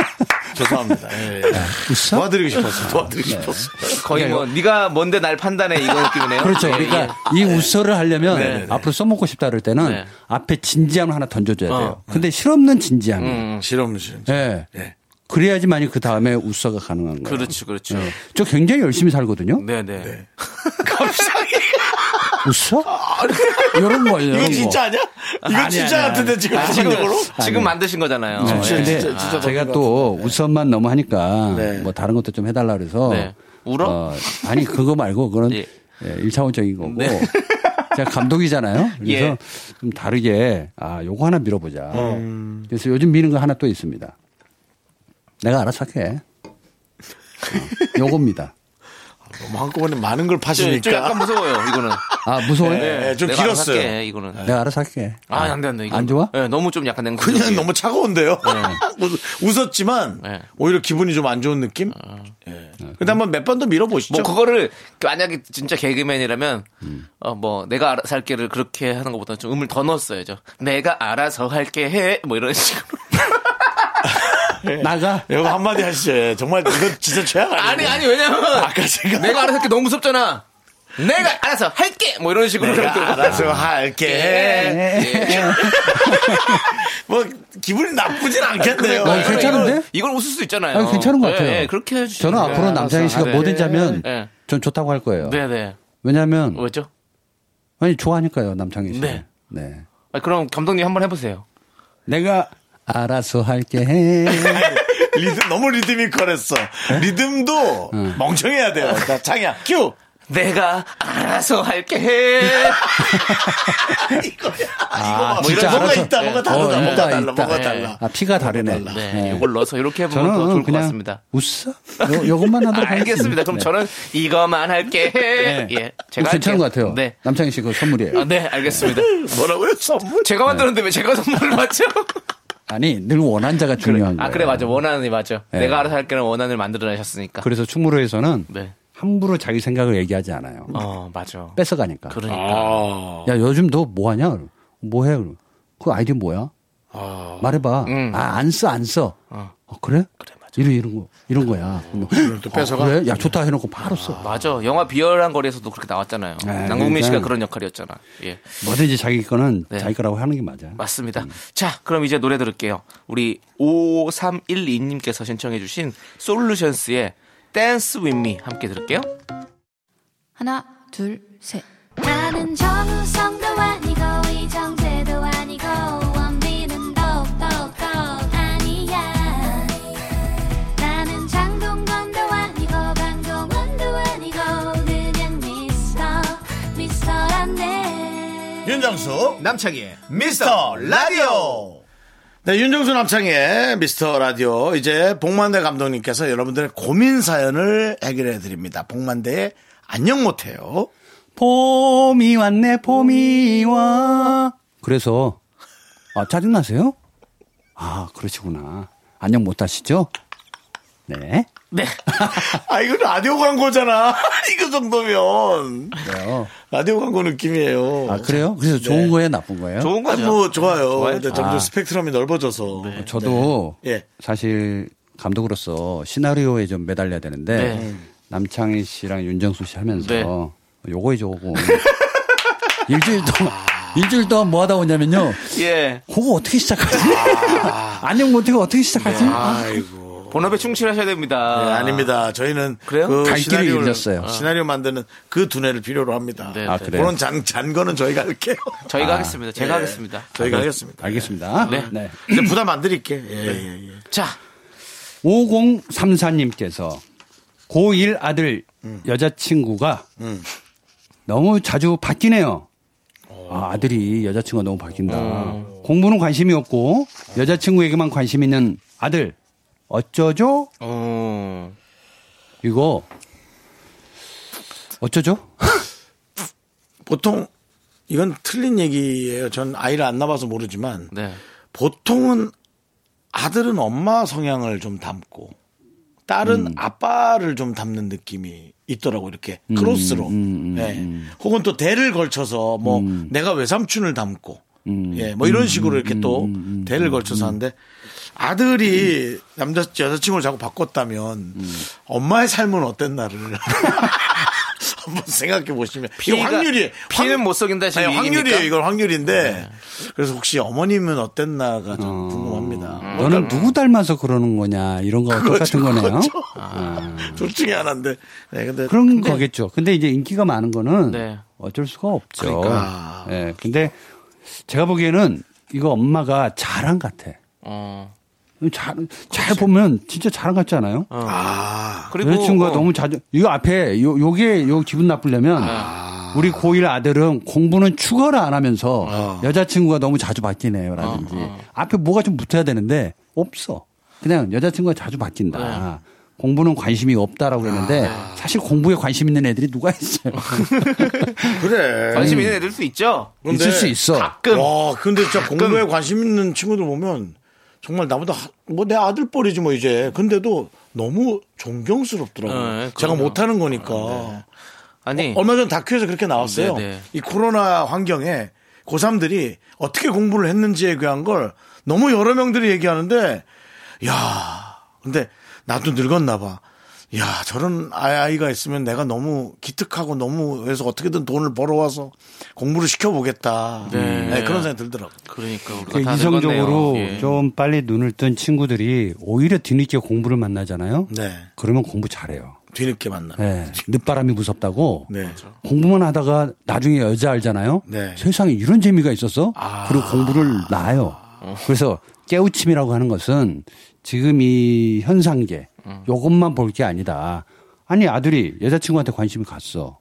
S1: 죄송합니다. 예, 예.
S6: 웃어?
S1: 도와드리고 싶었어. 도와드리고 싶었어.
S2: 거의 뭐 네가 뭔데 날 판단해 이런 느낌이네요.
S6: 예. 그렇죠.
S2: 예,
S6: 그러니까
S2: 예.
S6: 이 웃소를 하려면 앞으로 써먹고 싶다 그럴 때는
S2: 네.
S6: 앞에 진지함을 하나 던져줘야 돼요. 근데 실없는 진지함.
S1: 실험실.
S6: 예.
S1: 음. 네.
S6: 그래야지만이 그 다음에 웃소가 가능한 거예요.
S2: 그렇죠. 그렇죠.
S1: 네.
S6: 저 굉장히 열심히 살거든요.
S2: 네, 네.
S1: 갑자기
S5: 웃어? 이런 거예요.
S1: 이거
S5: 이런
S1: 진짜
S5: 거.
S1: 아니야? 이거
S5: 아니,
S1: 진짜
S5: 아니,
S1: 같은데
S5: 아니.
S1: 지금
S2: 아, 지금,
S1: 전적으로?
S2: 지금 만드신
S6: 어,
S2: 거잖아요.
S5: 네.
S2: 예.
S5: 근데
S1: 진짜,
S5: 제가
S1: 진짜 거짓말
S5: 또 웃음만 너무 하니까
S1: 네.
S5: 뭐
S6: 뭐 다른 것도 좀 해달라 그래서
S2: 네. 울어?
S6: 어, 아니 그거 말고 그건
S2: 예. 네.
S6: 예. 1차원적인 거고 제가 감독이잖아요. 그래서
S2: 예.
S6: 좀 다르게 아 요거 하나 밀어보자. 그래서 요즘 미는 거 하나 또 있습니다. 내가 알아서 할게. 어, 요겁니다.
S1: 너무 뭐 한꺼번에 많은 걸
S2: 좀,
S1: 파시니까.
S2: 좀 약간 무서워요, 이거는.
S6: 아 무서워요?
S1: 네, 좀
S2: 내가 알아서
S1: 길었어요.
S2: 할게, 이거는.
S6: 내가 알아서 할게.
S2: 아, 안 돼, 안 돼. 이거.
S6: 네. 안 좋아?
S2: 예, 너무 좀 약간 냉수.
S1: 그냥 너무 차가운데요. 네. 뭐 웃- 웃었지만
S2: 네.
S1: 오히려 기분이 좀 안 좋은 느낌. 예. 근데 한번 몇 번 더 밀어보시죠.
S2: 뭐 그거를 만약에 진짜 개그맨이라면 어 뭐 내가 알아서 할게를 그렇게 하는 것보다 좀 음을 더 넣었어야죠. 내가 알아서 할게 해 뭐 이런 식으로. 네.
S6: 나가.
S1: 이거 한마디 하시죠. 예, 정말 이거 진짜 최악 아니에요?
S2: 아니 아니 왜냐면
S1: 아까 제가
S2: 내가 네. 알아서 할게 너무 무섭잖아. 내가 알아서 할게 뭐 이런 식으로.
S1: 내가 알아서
S2: 네.
S1: 할게. 뭐 기분이 나쁘진 않겠네요. 그러니까
S6: 어, 괜찮은데?
S2: 그러니까 이걸 웃을 수 있잖아요.
S6: 아, 괜찮은 것 같아요.
S2: 예, 예, 그렇게 해주시면
S6: 저는 앞으로 남창희 씨가
S2: 네.
S6: 뭐든지 하면
S2: 네.
S6: 전 좋다고 할 거예요.
S2: 네네
S6: 왜냐하면
S2: 왜죠?
S6: 아니 좋아하니까요 남창희 씨.
S2: 네.
S6: 네.
S2: 아, 그럼 감독님 한번 해보세요.
S6: 내가 알아서 할게. 해.
S1: 리듬, 너무 리드미컬했어.
S6: 네?
S1: 리듬도 멍청해야 돼요. 자, 창이야, 큐!
S2: 내가 알아서 할게 해.
S1: 이거야. 이거
S2: 뭐
S1: 봐.
S6: 진짜
S1: 뭔가
S6: 알아서.
S1: 있다, 뭔가 다르다,
S6: 어,
S1: 뭔가
S6: 있다,
S1: 달라,
S6: 있다.
S1: 뭔가
S2: 네.
S1: 달라.
S6: 아 피가 다르네.
S2: 네,
S6: 네.
S2: 이걸 넣어서 이렇게 해보면 더
S6: 저는
S2: 좋을 것
S6: 그냥
S2: 같습니다.
S6: 웃어? 요, 요것만 하도록
S2: 알겠습니다. 그럼
S6: 네. 어,
S2: 저는 이거만 할게. 예, 제가
S6: 뭐 괜찮은
S2: 할게요.
S6: 것 같아요.
S2: 네,
S6: 남창희 씨 그거 선물이에요.
S2: 아, 네, 알겠습니다.
S1: 뭐라고요? 선물?
S6: 네.
S2: 제가 만들었는데 왜 제가 선물을 받죠?
S6: 아니 늘 원한자가 중요한 거예요.
S2: 아, 그래 맞아. 원한이 맞아.
S6: 네.
S2: 내가 알아서 할게는 원한을 만들어내셨으니까.
S6: 그래서 충무로에서는
S2: 네,
S6: 함부로 자기 생각을 얘기하지 않아요.
S2: 어, 맞아.
S6: 뺏어가니까. 아.
S2: 그러니까.
S6: 야 요즘 너 뭐하냐? 뭐해? 그 아이디 뭐야? 말해봐.
S2: 음.
S6: 아 안 써 안 써. 어, 그래? 그래 맞아. 이런 이런 거 이런 거야. 또 뺏어가. 그래? 야 좋다 해놓고 바로 써.
S2: 맞아. 영화 비열한 거리에서도 그렇게 나왔잖아요.
S6: 네,
S2: 남궁민
S6: 그러니까.
S2: 씨가 그런 역할이었잖아. 예.
S6: 뭐든지 자기 거는
S2: 네.
S6: 자기 거라고 하는 게 맞아.
S2: 맞습니다.
S6: 음.
S2: 자, 그럼 이제 노래 들을게요. 우리 5312님께서 신청해주신 솔루션스의 댄스 윗미 함께 들을게요.
S8: 하나, 둘, 셋.
S3: 나는 정우성도 아니고 이정재도 아니고 원빈은 더욱더 아니야 나는 장동건도 아니고 강동원도 아니고 그냥 미스터 미스터란데
S1: 윤정수,
S2: 남창희의
S1: 미스터 라디오. 네, 윤정수 남창의 미스터 라디오. 이제 복만대 감독님께서 여러분들의 고민 사연을 해결해 드립니다. 복만대의 안녕 못해요.
S6: 봄이 왔네, 봄이 와. 그래서, 아, 짜증나세요? 아, 그러시구나. 안녕 못 하시죠? 네.
S1: 아, 이거 라디오 광고잖아. 이거 정도면.
S6: 그래요.
S1: 라디오 광고 느낌이에요.
S6: 네. 아, 그래요? 그래서 좋은 거예요, 나쁜 거예요?
S2: 좋은
S1: 아,
S2: 거죠. 음,
S1: 뭐 좋아요.
S2: 좋아요?
S1: 근데 점점
S6: 아.
S1: 스펙트럼이 넓어져서.
S6: 저도
S1: 네. 예.
S6: 사실 감독으로서 시나리오에 좀 매달려야 되는데,
S2: 네.
S6: 남창희 씨랑 윤정수 씨 하면서
S2: 네.
S6: 요거에 저거. 일주일 동안, 일주일 동안 뭐 하다 오냐면요.
S2: 예.
S6: 그거 어떻게 시작하지?
S2: 아.
S6: 안녕 못해고 어떻게
S2: 네.
S6: 시작하지?
S1: 아이고.
S2: 본업에 충실하셔야 됩니다.
S1: 네, 아닙니다. 저희는
S2: 그래요?
S6: 갈 길을
S1: 시나리오를-
S6: 잃었어요.
S1: 시나리오 만드는 그 두뇌를 필요로 합니다.
S2: 네,
S6: 아,
S2: 네.
S6: 그래요?
S1: 그런 잔, 잔 거는 저희가 할게요. 예,
S2: 저희가 하겠습니다. 제가 하겠습니다.
S1: 아, 네. 저희가
S6: 아, 네.
S1: 하겠습니다.
S6: 알겠습니다.
S2: 네.
S1: 근데 부담 안 드릴게. 예, 예, 예.
S2: 자,
S6: 5034님께서 고1 아들 여자친구가 너무 자주 바뀌네요. 아, 들이 여자친구가 너무 바뀐다. 공부는 관심이 없고 여자친구에게만 관심 있는 아들. 어쩌죠?
S2: 어,
S6: 이거 어쩌죠?
S1: 보통 이건 틀린 얘기예요. 전 아이를 안 낳아서 모르지만
S2: 네.
S1: 보통은 아들은 엄마 성향을 좀 담고 딸은
S2: 음.
S1: 아빠를 좀 담는 느낌이 있더라고 이렇게
S2: 음,
S1: 크로스로 예. 혹은 또 대를 걸쳐서 뭐
S2: 음.
S1: 내가 외삼촌을 담고 예, 뭐 이런 식으로 이렇게 또
S2: 음,
S1: 대를 걸쳐서 하는데 아들이 남자 여자친구를 자꾸 바꿨다면
S2: 음.
S1: 엄마의 삶은 어땠나를 한번 생각해 보시면 이거
S2: 피해가-
S1: 확률이
S2: 피해는
S1: 확-
S2: 못 속인다 지금
S1: 아니,
S2: 이 얘기입니까? 네.
S1: 확률이에요 이건 확률인데 그래서 혹시 어머님은 어땠나가 좀 궁금합니다.
S6: 너는 누구 닮아서 어. 그러는 거냐 이런 거 똑같은 거네요.
S1: 둘 중에 하나인데. 네, 근데
S6: 그런 거겠죠. 근데 이제 인기가 많은 거는
S2: 네.
S6: 어쩔 수가 없죠.
S2: 그러니까.
S6: 예. 근데 제가 보기에는 이거 엄마가 자랑 같아.
S2: 어.
S6: 잘, 잘 보면 진짜 자랑 같지 않아요?
S2: 그리고
S6: 여자친구가
S2: 어,
S6: 너무 자주, 이거 앞에, 요, 요게, 요 기분 나쁘려면,
S2: 아.
S6: 우리 고1 아들은 공부는 추가를 안 하면서
S2: 어.
S6: 여자친구가 너무 자주 바뀌네요. 라든지. 앞에 뭐가 좀 붙어야 되는데, 없어. 그냥 여자친구가 자주 바뀐다.
S2: 네.
S6: 공부는 관심이 없다라고 했는데,
S2: 아.
S6: 사실 공부에 관심 있는 애들이 누가 있어요?
S1: 그래.
S2: 관심 있는 애들 수 있죠.
S1: 그런데
S6: 있을 수 있어.
S2: 가끔
S1: 와, 근데 진짜 공부에 관심 있는 친구들 보면 정말 나보다 뭐 내 아들 뻘이지 뭐 이제. 근데도 너무 존경스럽더라고요. 제가
S2: 네, 그럼요. 아, 네.
S1: 못하는 거니까.
S2: 아니
S1: 얼마 전 다큐에서 그렇게 나왔어요.
S2: 음. 네, 네.
S1: 이 코로나 환경에 고3들이 어떻게 공부를 했는지에 대한 걸 너무 여러 명들이 얘기하는데, 야 근데 나도 늙었나 봐. 야 저런 아이가 있으면 내가 너무 기특하고 너무 그래서 어떻게든 돈을 벌어와서 공부를 시켜보겠다.
S2: 네.
S1: 네, 그런 생각이 들더라고요.
S2: 그러니까 우리가
S6: 그
S2: 다
S6: 이성적으로
S2: 늙었네요. 예.
S6: 좀 빨리 눈을 뜬 친구들이 오히려 뒤늦게 공부를 만나잖아요.
S1: 네.
S6: 그러면 공부 잘해요.
S1: 뒤늦게 만나.
S6: 네. 늦바람이 무섭다고
S1: 네.
S6: 공부만 하다가 나중에 여자 알잖아요.
S1: 네.
S6: 세상에 이런 재미가 있었어.
S2: 아.
S6: 그리고 공부를 나요.
S2: 어.
S6: 그래서 깨우침이라고 하는 것은 지금 이 현상계
S2: 음.
S6: 요것만 볼 게 아니다. 아니 아들이 여자친구한테 관심이 갔어.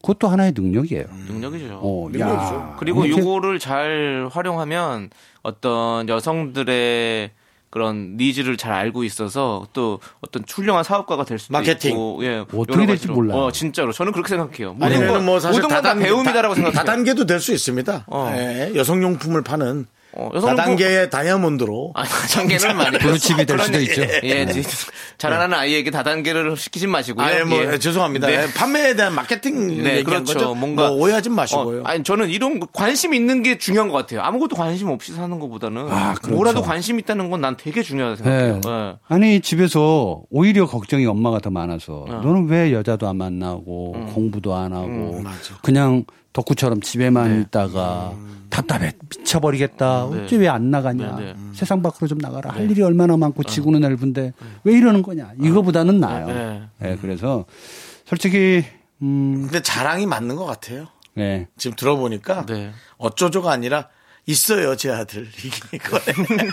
S6: 그것도 하나의 능력이에요.
S2: 음. 능력이죠.
S6: 어, 야.
S2: 그리고
S6: 이렇게
S2: 요거를 잘 활용하면 어떤 여성들의 그런 니즈를 잘 알고 있어서 또 어떤 훌륭한 사업가가 될 수도
S1: 마케팅.
S2: 있고 예
S6: 어떻게
S2: 여러
S6: 될지
S2: 가지로.
S6: 몰라요.
S2: 어 진짜로 저는 그렇게 생각해요 모든 거
S1: 아니면 뭐 사실
S2: 모든 건다
S1: 다단- 다-
S2: 배움이다라고 생각해요
S1: 다단계도 될 수 있습니다.
S2: 어.
S1: 예, 여성용품을 파는
S2: 어, 여성은
S1: 다단계의 다이아몬드로
S2: 아, 다단계는 많이
S6: 불우칩이 될 수도 있죠. 네.
S2: 예 이제 자라나는 아이에게 다단계를 시키진 마시고요
S1: 아예 뭐
S2: 예.
S1: 예, 죄송합니다.
S2: 네.
S1: 예, 판매에 대한 마케팅
S2: 네,
S1: 얘기한
S2: 그렇죠.
S1: 거죠.
S2: 뭔가
S1: 뭐 오해하지
S2: 어,
S1: 마시고요.
S2: 아니 저는 이런 거 관심 있는 게 중요한 것 같아요. 아무것도 관심 없이 사는 것보다는
S6: 그렇죠.
S2: 뭐라도 관심 있다는 건 난 되게 중요하다고
S6: 네.
S2: 생각해요. 예.
S6: 아니 집에서 오히려 걱정이 엄마가 더
S2: 네.
S6: 많아서 너는 왜 여자도 안 만나고
S2: 음.
S6: 공부도 안 하고 그냥 덕후처럼
S2: 네.
S6: 집에만 있다가 답답해 미쳐버리겠다 어째 왜 안 나가냐
S2: 음. 네, 네.
S6: 세상 밖으로 좀 나가라 할 일이 얼마나 많고 지구는 넓은데 왜 이러는 거냐 이거보다는 나아요
S2: 네,
S6: 예, 그래서 솔직히 음~
S1: 근데 자랑이 맞는 것 같아요.
S6: 네.
S1: 지금 들어보니까
S2: 네.
S1: 어쩌죠가 아니라 있어요 제 아들 이게 거네.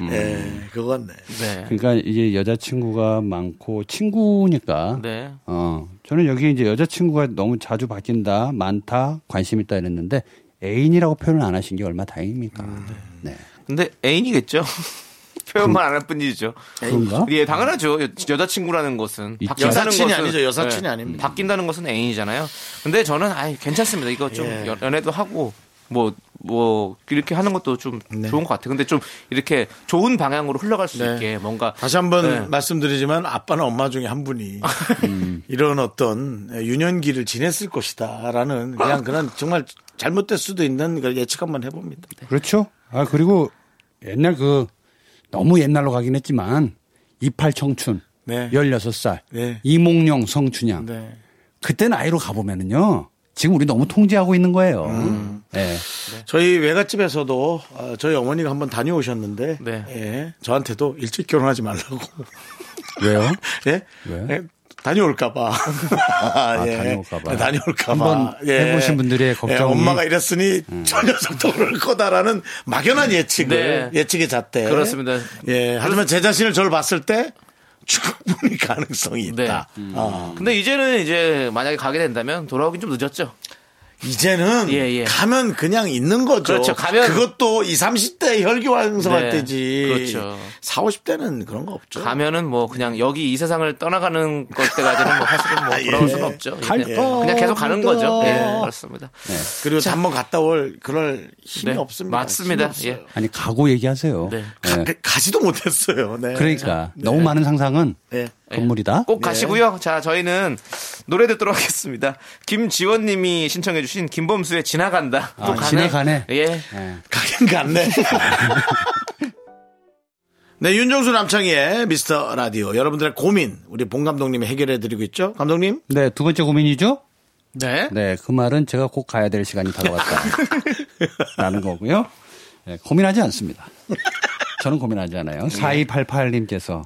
S2: 음.
S1: 네, 그거 같네.
S2: 네.
S6: 그러니까 이게 여자친구가 많고 친구니까
S2: 네.
S6: 어, 저는 여기 이제 여자친구가 너무 자주 바뀐다, 많다, 관심 있다 이랬는데 애인이라고 표현을 안 하신 게 얼마 다행입니까? 네.
S2: 근데 애인이겠죠. 표현만 안 할 뿐이죠.
S6: 그런가?
S2: 예, 당연하죠. 여, 자친구라는 것은
S6: 있죠.
S2: 바뀐다는
S1: 여사친이 아니죠. 여사친이 아닙니다.
S2: 바뀐다는 것은 애인이잖아요. 근데 저는 아, 괜찮습니다. 이거 좀
S1: 예.
S2: 연- 연애도 하고 뭐. 뭐 이렇게 하는 것도 좀
S1: 네.
S2: 좋은 것 같아요. 근데 좀 이렇게 좋은 방향으로 흘러갈 수
S1: 네.
S2: 있게 뭔가
S1: 다시 한번
S2: 네.
S1: 말씀드리지만 아빠나 엄마 중에 한 분이
S2: 음.
S1: 이런 어떤 유년기를 지냈을 것이다라는 그냥 그런 정말 잘못될 수도 있는 걸 예측 한번 해봅니다.
S6: 그렇죠. 아, 그리고 옛날 그 너무 옛날로 가긴 했지만 이팔 청춘.
S1: 네.
S6: 16살.
S1: 네.
S6: 이몽룡 성춘향.
S1: 네.
S6: 그때 나이로 가보면은요. 지금 우리 너무 통제하고 있는 거예요. 네.
S1: 저희 외갓집에서도 어, 저희 어머니가 한번 다녀오셨는데
S2: 네.
S1: 예, 저한테도 일찍 결혼하지 말라고
S6: 왜요?
S1: 예?
S6: 왜?
S1: 예, 다녀올까봐. 아,
S6: 다녀올까봐.
S1: 다녀올까봐. 예.
S6: 한번 해보신 분들의 걱정이. 음.
S1: 엄마가 이랬으니 저 녀석도 그럴 거다라는 막연한 예측을,
S2: 네.
S1: 예측이 잣대.
S2: 그렇습니다.
S1: 예, 하지만 제 자신을 저를 봤을 때 충분히 가능성이 있다.
S2: 네. 음.
S1: 어.
S2: 근데 이제는 이제 만약에 가게 된다면 돌아오긴 좀 늦었죠.
S1: 이제는
S2: 예, 예.
S1: 가면 그냥 있는 거죠.
S2: 그렇죠. 가면-
S1: 것도 20, 30대 혈기 완성할
S2: 네,
S1: 때지.
S2: 그렇죠.
S1: 40, 50대는 그런 거 없죠.
S2: 가면은 뭐 그냥 여기 이 세상을 떠나가는 것 때까지는 뭐 사실은 뭐
S1: 예.
S2: 돌아올 수는 없죠. 그냥, 그냥 계속 가는 거죠. 예, 그렇습니다.
S1: 그리고 한번 갔다 올 그럴 힘이
S2: 네,
S1: 없습니다.
S2: 맞습니다.
S1: 힘이 없어요.
S2: 예.
S6: 아니, 가고 얘기하세요.
S2: 네.
S1: 가,
S6: 네.
S1: 지도 못했어요. 네.
S6: 그러니까
S1: 네.
S6: 너무 많은 상상은
S1: 네.
S6: 건물이다.
S2: 꼭 가시고요. 자, 저희는 노래 듣도록 하겠습니다. 김지원 님이 신청해 주신 김범수의 지나간다. 또
S6: 아, 지나가네.
S2: 예.
S1: 가긴 갔네. 네, 윤정수 남창희의 미스터 라디오. 여러분들의 고민, 우리 봉 감독님이 해결해드리고 있죠? 감독님?
S6: 네, 두 번째 고민이죠?
S2: 네.
S6: 네, 그 말은 제가 꼭 가야 될 시간이 다가왔다. 라는 거고요. 네, 고민하지 않습니다. 저는 고민하지 않아요. 4288님께서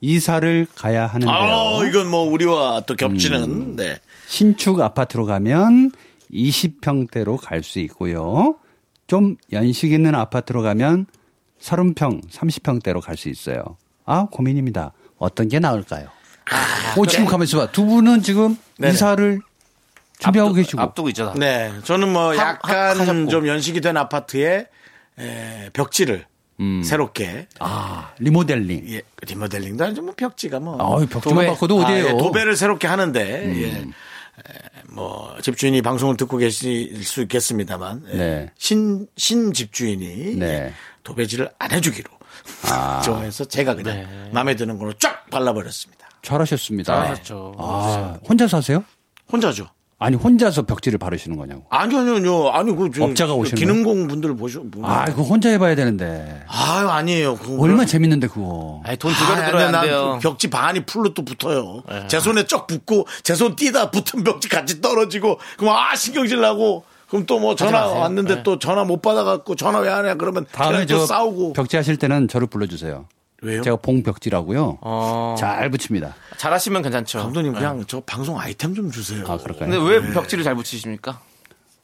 S7: 이사를 가야 하는데요.
S1: 아,
S6: 네.
S1: 이건 뭐 우리와 또 겹치는
S6: 음.
S1: 네.
S7: 신축 아파트로 가면 20평대로 갈 수 있고요. 좀 연식 있는 아파트로 가면 30평, 30평대로 갈 수 있어요. 아, 고민입니다. 어떤 게 나을까요?
S6: 어, 지금 가만 있어봐. 두 분은 지금
S1: 네네.
S6: 이사를 준비하고 계시고.
S2: 앞두고 있잖아.
S1: 네, 저는 뭐
S2: 하-
S1: 약간
S2: 하셨고.
S1: 좀 연식이 된 아파트에 에, 벽지를
S6: 음.
S1: 새롭게
S6: 아.
S7: 리모델링.
S1: 예, 리모델링도 아니죠. 뭐 벽지가 뭐
S6: 아유, 벽지만
S2: 도배.
S6: 바꿔도
S1: 아,
S6: 어디에요? 음.
S1: 예, 도배를 새롭게 하는데 예. 에, 뭐 집주인이 방송을 듣고 계실 수 있겠습니다만 예.
S6: 네.
S1: 신, 신 집주인이
S6: 네. 아.
S1: 예, 도배지를 안 해주기로 정해서 제가 그냥
S6: 네.
S1: 마음에 드는 걸로 쫙 발라버렸습니다.
S6: 잘하셨습니다.
S2: 잘하셨죠.
S6: 아, 혼자 사세요?
S1: 혼자죠.
S6: 아니, 혼자서 벽지를 바르시는 거냐고.
S1: 아니요, 아니요, 아니요. 아니, 그, 저,
S6: 업자가 오시는
S1: 기능공 분들 보셔. 뭐.
S6: 아, 그거 혼자 해봐야 되는데.
S1: 아유, 아니에요. 그거
S6: 얼마나 재밌는데, 그거.
S2: 아니 돈 두 배로
S1: 아,
S2: 들어야
S1: 근데
S2: 안
S1: 난
S2: 돼요.
S1: 벽지 반이 풀로 또 붙어요. 제 손에 쩍 붙고 제 손 뛰다 붙은 벽지 같이 떨어지고 그럼 아 신경질 나고 그럼 또 뭐 전화
S2: 마세요. 네.
S1: 왔는데 또 전화 못 받아갖고 전화 왜 안 해? 그러면
S6: 다음에
S1: 걔랑 또
S6: 저
S1: 싸우고
S6: 벽지 하실 때는 저를 불러주세요.
S1: 왜요?
S6: 제가 봉벽지라고요.
S2: 어,
S6: 잘 붙입니다.
S2: 잘하시면 괜찮죠. 네.
S1: 감독님 그냥 저 방송 아이템 좀 주세요.
S6: 아, 그럴까요?
S2: 근데 왜 벽지를 잘 붙이십니까?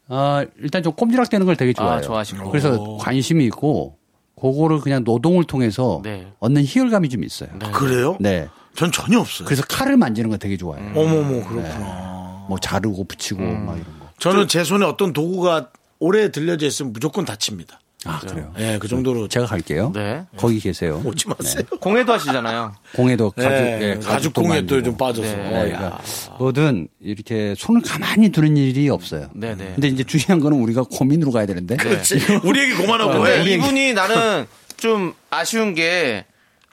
S6: 아, 일단 좀 꼼지락대는 걸 되게 좋아해요.
S2: 아, 좋아하시고.
S6: 그래서 관심이 있고, 그거를 그냥 노동을 통해서
S2: 네.
S6: 얻는 희열감이 좀 있어요.
S1: 뭐 그래요?
S6: 네.
S1: 전 전혀 없어요.
S6: 그래서 음, 칼을 만지는 거 되게 좋아해요.
S1: 음. 어머머 그렇구나.
S6: 뭐 자르고 붙이고 막 이런 거.
S1: 저는 제 손에 어떤 도구가 오래 들려져 있으면 무조건 다칩니다.
S6: 아, 그래요?
S1: 예, 그 정도로
S6: 제가 갈게요.
S2: 네.
S6: 거기 계세요.
S1: 오지 마세요.
S2: 공예도 하시잖아요.
S6: 공에도 가죽,
S1: 네,
S6: 예,
S1: 가죽 공에
S6: 만지고.
S1: 또좀 빠져서.
S2: 네.
S1: 어, 야.
S6: 뭐든 이렇게 손을 가만히 두는 일이 없어요.
S2: 네네. 네.
S6: 근데 이제 중요한 거는 우리가 고민으로 가야 되는데.
S1: 그렇지.
S6: 그러니까.
S1: 우리 얘기
S6: 네.
S1: 그만하고
S2: 근데
S1: 해.
S2: 이분이 나는 좀 아쉬운 게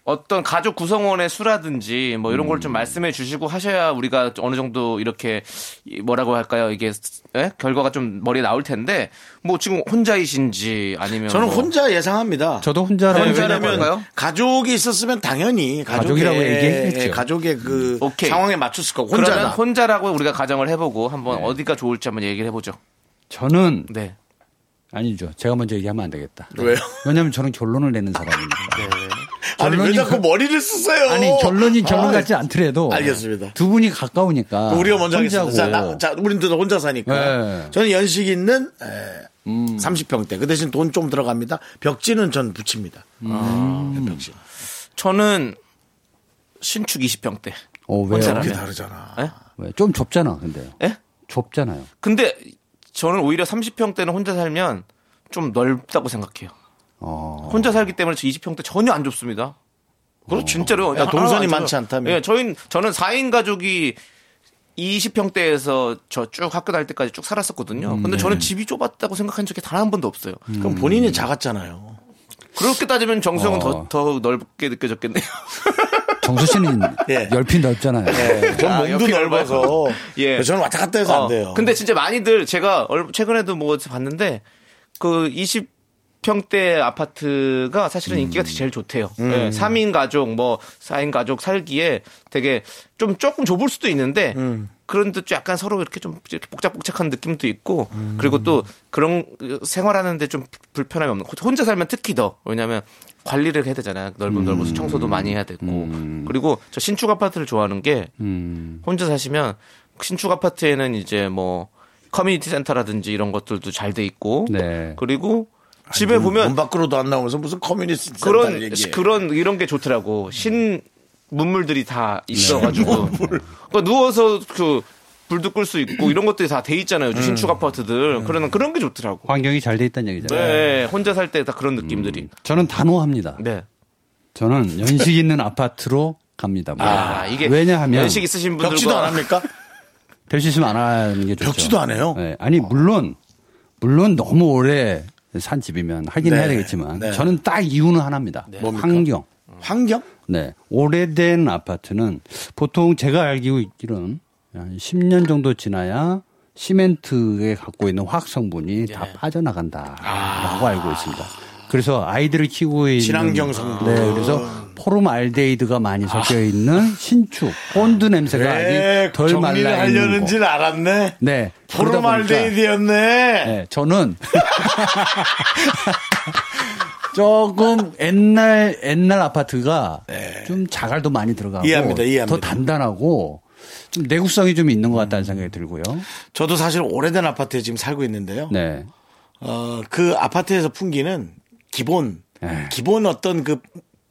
S2: 어떤 가족 구성원의 수라든지 뭐 이런 걸
S1: 음.
S2: 좀 말씀해 주시고 하셔야 우리가 어느 정도 이렇게 이 뭐라고 할까요 이게 예? 결과가 좀 머리에 나올 텐데 뭐 지금 혼자이신지 아니면
S1: 저는
S2: 뭐-
S1: 혼자 예상합니다.
S6: 저도 혼자라면
S1: 혼자라면
S2: 왜냐면요?
S1: 가족이 있었으면 당연히 가족의,
S6: 가족이라고 얘기했겠죠.
S1: 예, 가족의 그
S2: 오케이.
S1: 상황에 맞췄을 거고
S2: 그러면
S1: 혼자다. 네.
S2: 혼자라고 우리가 가정을 해보고 한번 어디가 좋을지 한번 얘기를 해보죠.
S6: 저는
S2: 네.
S6: 아니죠. 제가 먼저 얘기하면 안 되겠다.
S1: 왜요? 네.
S6: 왜냐하면 저는 결론을 내는 사람입니다.
S1: 아니 왜
S6: 결론이
S1: 자꾸
S6: 그-
S1: 머리를 쓰세요?
S6: 아니 결론이 결론
S1: 아,
S6: 같지 않더라도
S1: 알겠습니다.
S6: 두 분이 가까우니까
S1: 우리가 먼저
S6: 혼자고.
S1: 하겠습니다. 자, 나, 자, 우린 또 혼자 사니까.
S6: 네.
S1: 저는 연식 있는 에, 30평대. 그 대신 돈 좀 들어갑니다. 벽지는 전 붙입니다. 네, 벽지.
S2: 저는 신축 20평대.
S6: 어, 왜요?
S1: 그게 다르잖아.
S6: 왜? 좀 좁잖아. 근데
S2: 예?
S6: 좁잖아요.
S2: 근데 저는 오히려 30평대는 혼자 살면 좀 넓다고 생각해요.
S6: 어.
S2: 혼자 살기 때문에 저 20평대 전혀 안 좁습니다. 그렇 진짜로.
S1: 어. 야, 동선이
S2: 하나도 안
S1: 많지
S2: 좁아요.
S1: 않다며.
S2: 예, 저희 저는 4인 가족이 20평대에서 저 쭉 학교 다닐 때까지 쭉 살았었거든요.
S1: 음, 네.
S2: 근데 저는 집이 좁았다고 생각한 적이 단 한 번도 없어요.
S1: 그럼 본인이 작았잖아요.
S2: 그렇게 따지면 정성은
S6: 어.
S2: 더, 더 넓게 느껴졌겠네요.
S6: 정수 씨는
S1: 예.
S6: 열핀 넓잖아요.
S1: 전
S2: 아,
S1: 몸도
S2: 옆이
S1: 넓어서.
S2: 예.
S1: 저는 왔다 갔다 해서
S2: 어,
S1: 안 돼요.
S2: 근데 진짜 많이들 제가 얼- 최근에도 뭐 어디서 봤는데 그 20. 평대 아파트가 사실은
S1: 음.
S2: 인기가 제일 좋대요. 예, 3인 가족, 뭐 4인 가족 살기에 되게 좀 조금 좁을 수도 있는데
S1: 음.
S2: 그런데 또 약간 서로 이렇게 좀 이렇게 복잡복잡한 느낌도 있고
S1: 음.
S2: 그리고 또 그런 생활하는데 좀 불편함이 없는. 혼자 살면 특히 더 왜냐하면 관리를 해야 되잖아요.
S1: 음.
S2: 넓은 넓어서 청소도 많이 해야 되고 그리고 저 신축 아파트를 좋아하는 게
S1: 음.
S2: 혼자 사시면 신축 아파트에는 이제 뭐 커뮤니티 센터라든지 이런 것들도 잘 돼 있고
S6: 네.
S2: 그리고 집에
S1: 음,
S2: 보면
S1: 문 밖으로도 안 나오면서 무슨 커뮤니티
S2: 그런
S1: 얘기.
S2: 그런 이런 게 좋더라고 신 문물들이 다
S1: 네.
S2: 있어가지고 그러니까 누워서 그 불도 끌 수 있고 이런 것들이 다 돼
S1: 음.
S2: 있잖아요 요즘 신축 아파트들 그런 그런 게
S1: 아,
S2: 좋더라고
S7: 환경이 잘 돼 있다는 얘기잖아요.
S2: 네 혼자 살 때 다 그런 느낌들이
S1: 음.
S6: 저는 단호합니다.
S2: 네
S6: 저는 연식 있는 아파트로 갑니다. 뭐.
S2: 아, 이게
S6: 왜냐하면
S2: 연식 있으신 분들과
S1: 벽지도 안 합니까?
S6: 될 수 있으면 안 하는 게 좋죠.
S1: 벽지도 안 해요?
S6: 그렇죠. 네. 아니 물론 물론 너무 오래 산 집이면 하긴
S1: 네.
S6: 해야 되겠지만
S1: 네.
S6: 저는 딱 이유는 하나입니다.
S1: 뭡니까?
S6: 환경.
S1: 환경?
S6: 네. 오래된 아파트는 보통 제가 알기로 있기는 한 10년 정도 지나야 시멘트에 갖고 있는 화학 성분이
S1: 예.
S6: 다 빠져나간다라고 알고 있습니다. 그래서 아이들을 키우고 있는
S1: 아. 친환경 성분.
S6: 네, 그래서 포름알데히드가 많이 섞여 있는 신축 본드 냄새가
S1: 네,
S6: 아직 덜
S1: 정리를
S6: 말라 있는 거.
S1: 하려는지를 알았네.
S6: 네. 그러다 보니까 예,
S1: 포르말데이드였네.
S6: 네, 저는 조금 옛날 옛날 아파트가 좀 자갈도 많이 들어가고
S1: 네. 이해합니다, 이해합니다.
S6: 더 단단하고 좀 내구성이 좀 있는 것 같다는 생각이 들고요.
S1: 저도 사실 오래된 아파트에 지금 살고 있는데요.
S6: 네.
S1: 어, 그 아파트에서 풍기는 기본,
S6: 네.
S1: 기본 어떤 그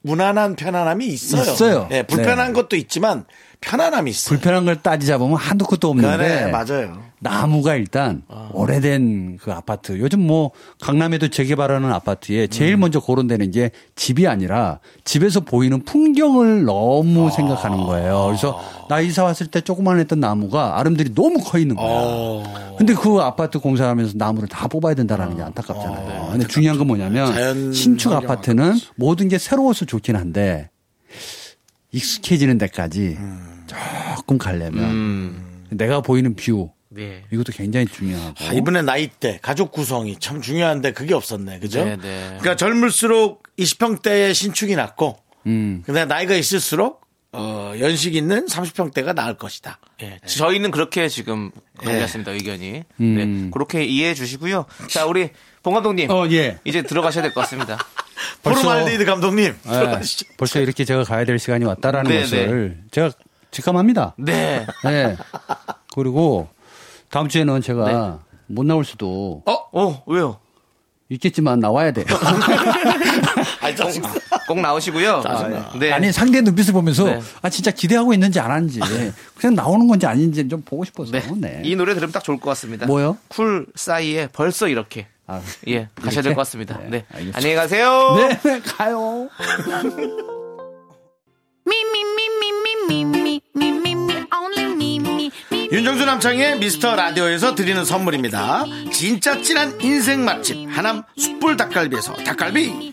S1: 무난한 편안함이 있어요.
S6: 있어요.
S1: 예, 불편한
S6: 네.
S1: 것도 있지만 편안함이 있어요.
S6: 불편한 걸 따지자 보면 한두 끗도 없는데
S1: 네, 맞아요.
S6: 나무가 일단 오래된 그 아파트 요즘 뭐 강남에도 재개발하는 아파트에 제일
S1: 음.
S6: 먼저 고른데는 이제 집이 아니라 집에서 보이는 풍경을
S1: 아.
S6: 너무 생각하는 거예요. 그래서 나 이사 왔을 때 조그만 했던 나무가 아름들이 너무 커 있는 거야.
S1: 어.
S6: 근데 그 아파트 공사하면서 나무를 다 뽑아야 된다라는 게 안타깝잖아요. 근데 중요한 건 뭐냐면
S1: 그러니까 자연
S6: 신축
S1: 환경
S6: 아파트는 모든 게 새로워서 좋긴 한데 익숙해지는 데까지
S1: 음.
S6: 조금 가려면 내가 보이는 뷰
S2: 네.
S6: 이것도 굉장히 중요하고
S1: 아, 이분의 나이 대 가족 구성이 참 중요한데 그게 없었네. 그죠?
S2: 네, 네.
S1: 그러니까 젊을수록 20평대의 신축이 낫고, 근데 나이가 있을수록, 어, 연식 있는 30평대가 나을 것이다.
S2: 예, 저희는 그렇게 지금 갈렸습니다 의견이. 네, 그렇게 이해해 주시고요. 자, 우리 봉 감독님
S6: 어, 예.
S2: 이제 들어가셔야 될 것 같습니다.
S6: 벌써-
S1: 포르말데이드 감독님,
S6: 예,
S1: 들어가시죠.
S6: 벌써 이렇게 제가 가야 될 시간이 왔다라는
S2: 네,
S6: 것을 제가 직감합니다.
S2: 네,
S6: 예. 그리고 다음 주에는 제가
S2: 네.
S6: 못 나올 수도
S2: 어, 어, 왜요?
S6: 있겠지만 나와야 돼요.
S1: 아, 짜증나.
S2: 꼭 나오시고요. 네,
S6: 아니 상대 눈빛을 보면서
S2: 네. 아,
S6: 아 진짜 기대하고 있는지 안 하는지 그냥 나오는 건지 아닌지 좀 보고 싶어서.
S2: 네.
S6: 네.
S2: 이 노래 들으면 딱 좋을 것 같습니다.
S6: 뭐요?
S2: 쿨 사이에 벌써 이렇게.
S6: 아,
S2: 예, 가셔야 될 것 같습니다. 네.
S6: 네, 알겠습니다.
S2: 안녕히 가세요.
S6: 네, 네, 가요.
S1: 윤정수 남창의 미스터 라디오에서 드리는 선물입니다. 진짜 찐한 인생 맛집, 하남 숯불 닭갈비에서 닭갈비.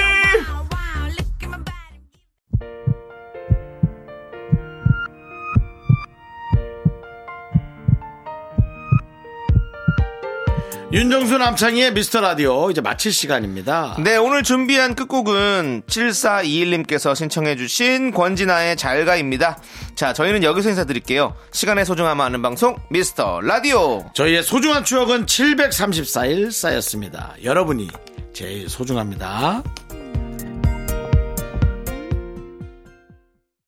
S1: 윤정수 남창희의 미스터 라디오 이제 마칠 시간입니다
S2: 네, 오늘 준비한 끝곡은 7421님께서 신청해주신 권진아의 잘가입니다. 자, 저희는 여기서 인사드릴게요. 시간의 소중함 아는 방송, 미스터 라디오.
S1: 저희의 소중한 추억은 734일 쌓였습니다 여러분이 제일 소중합니다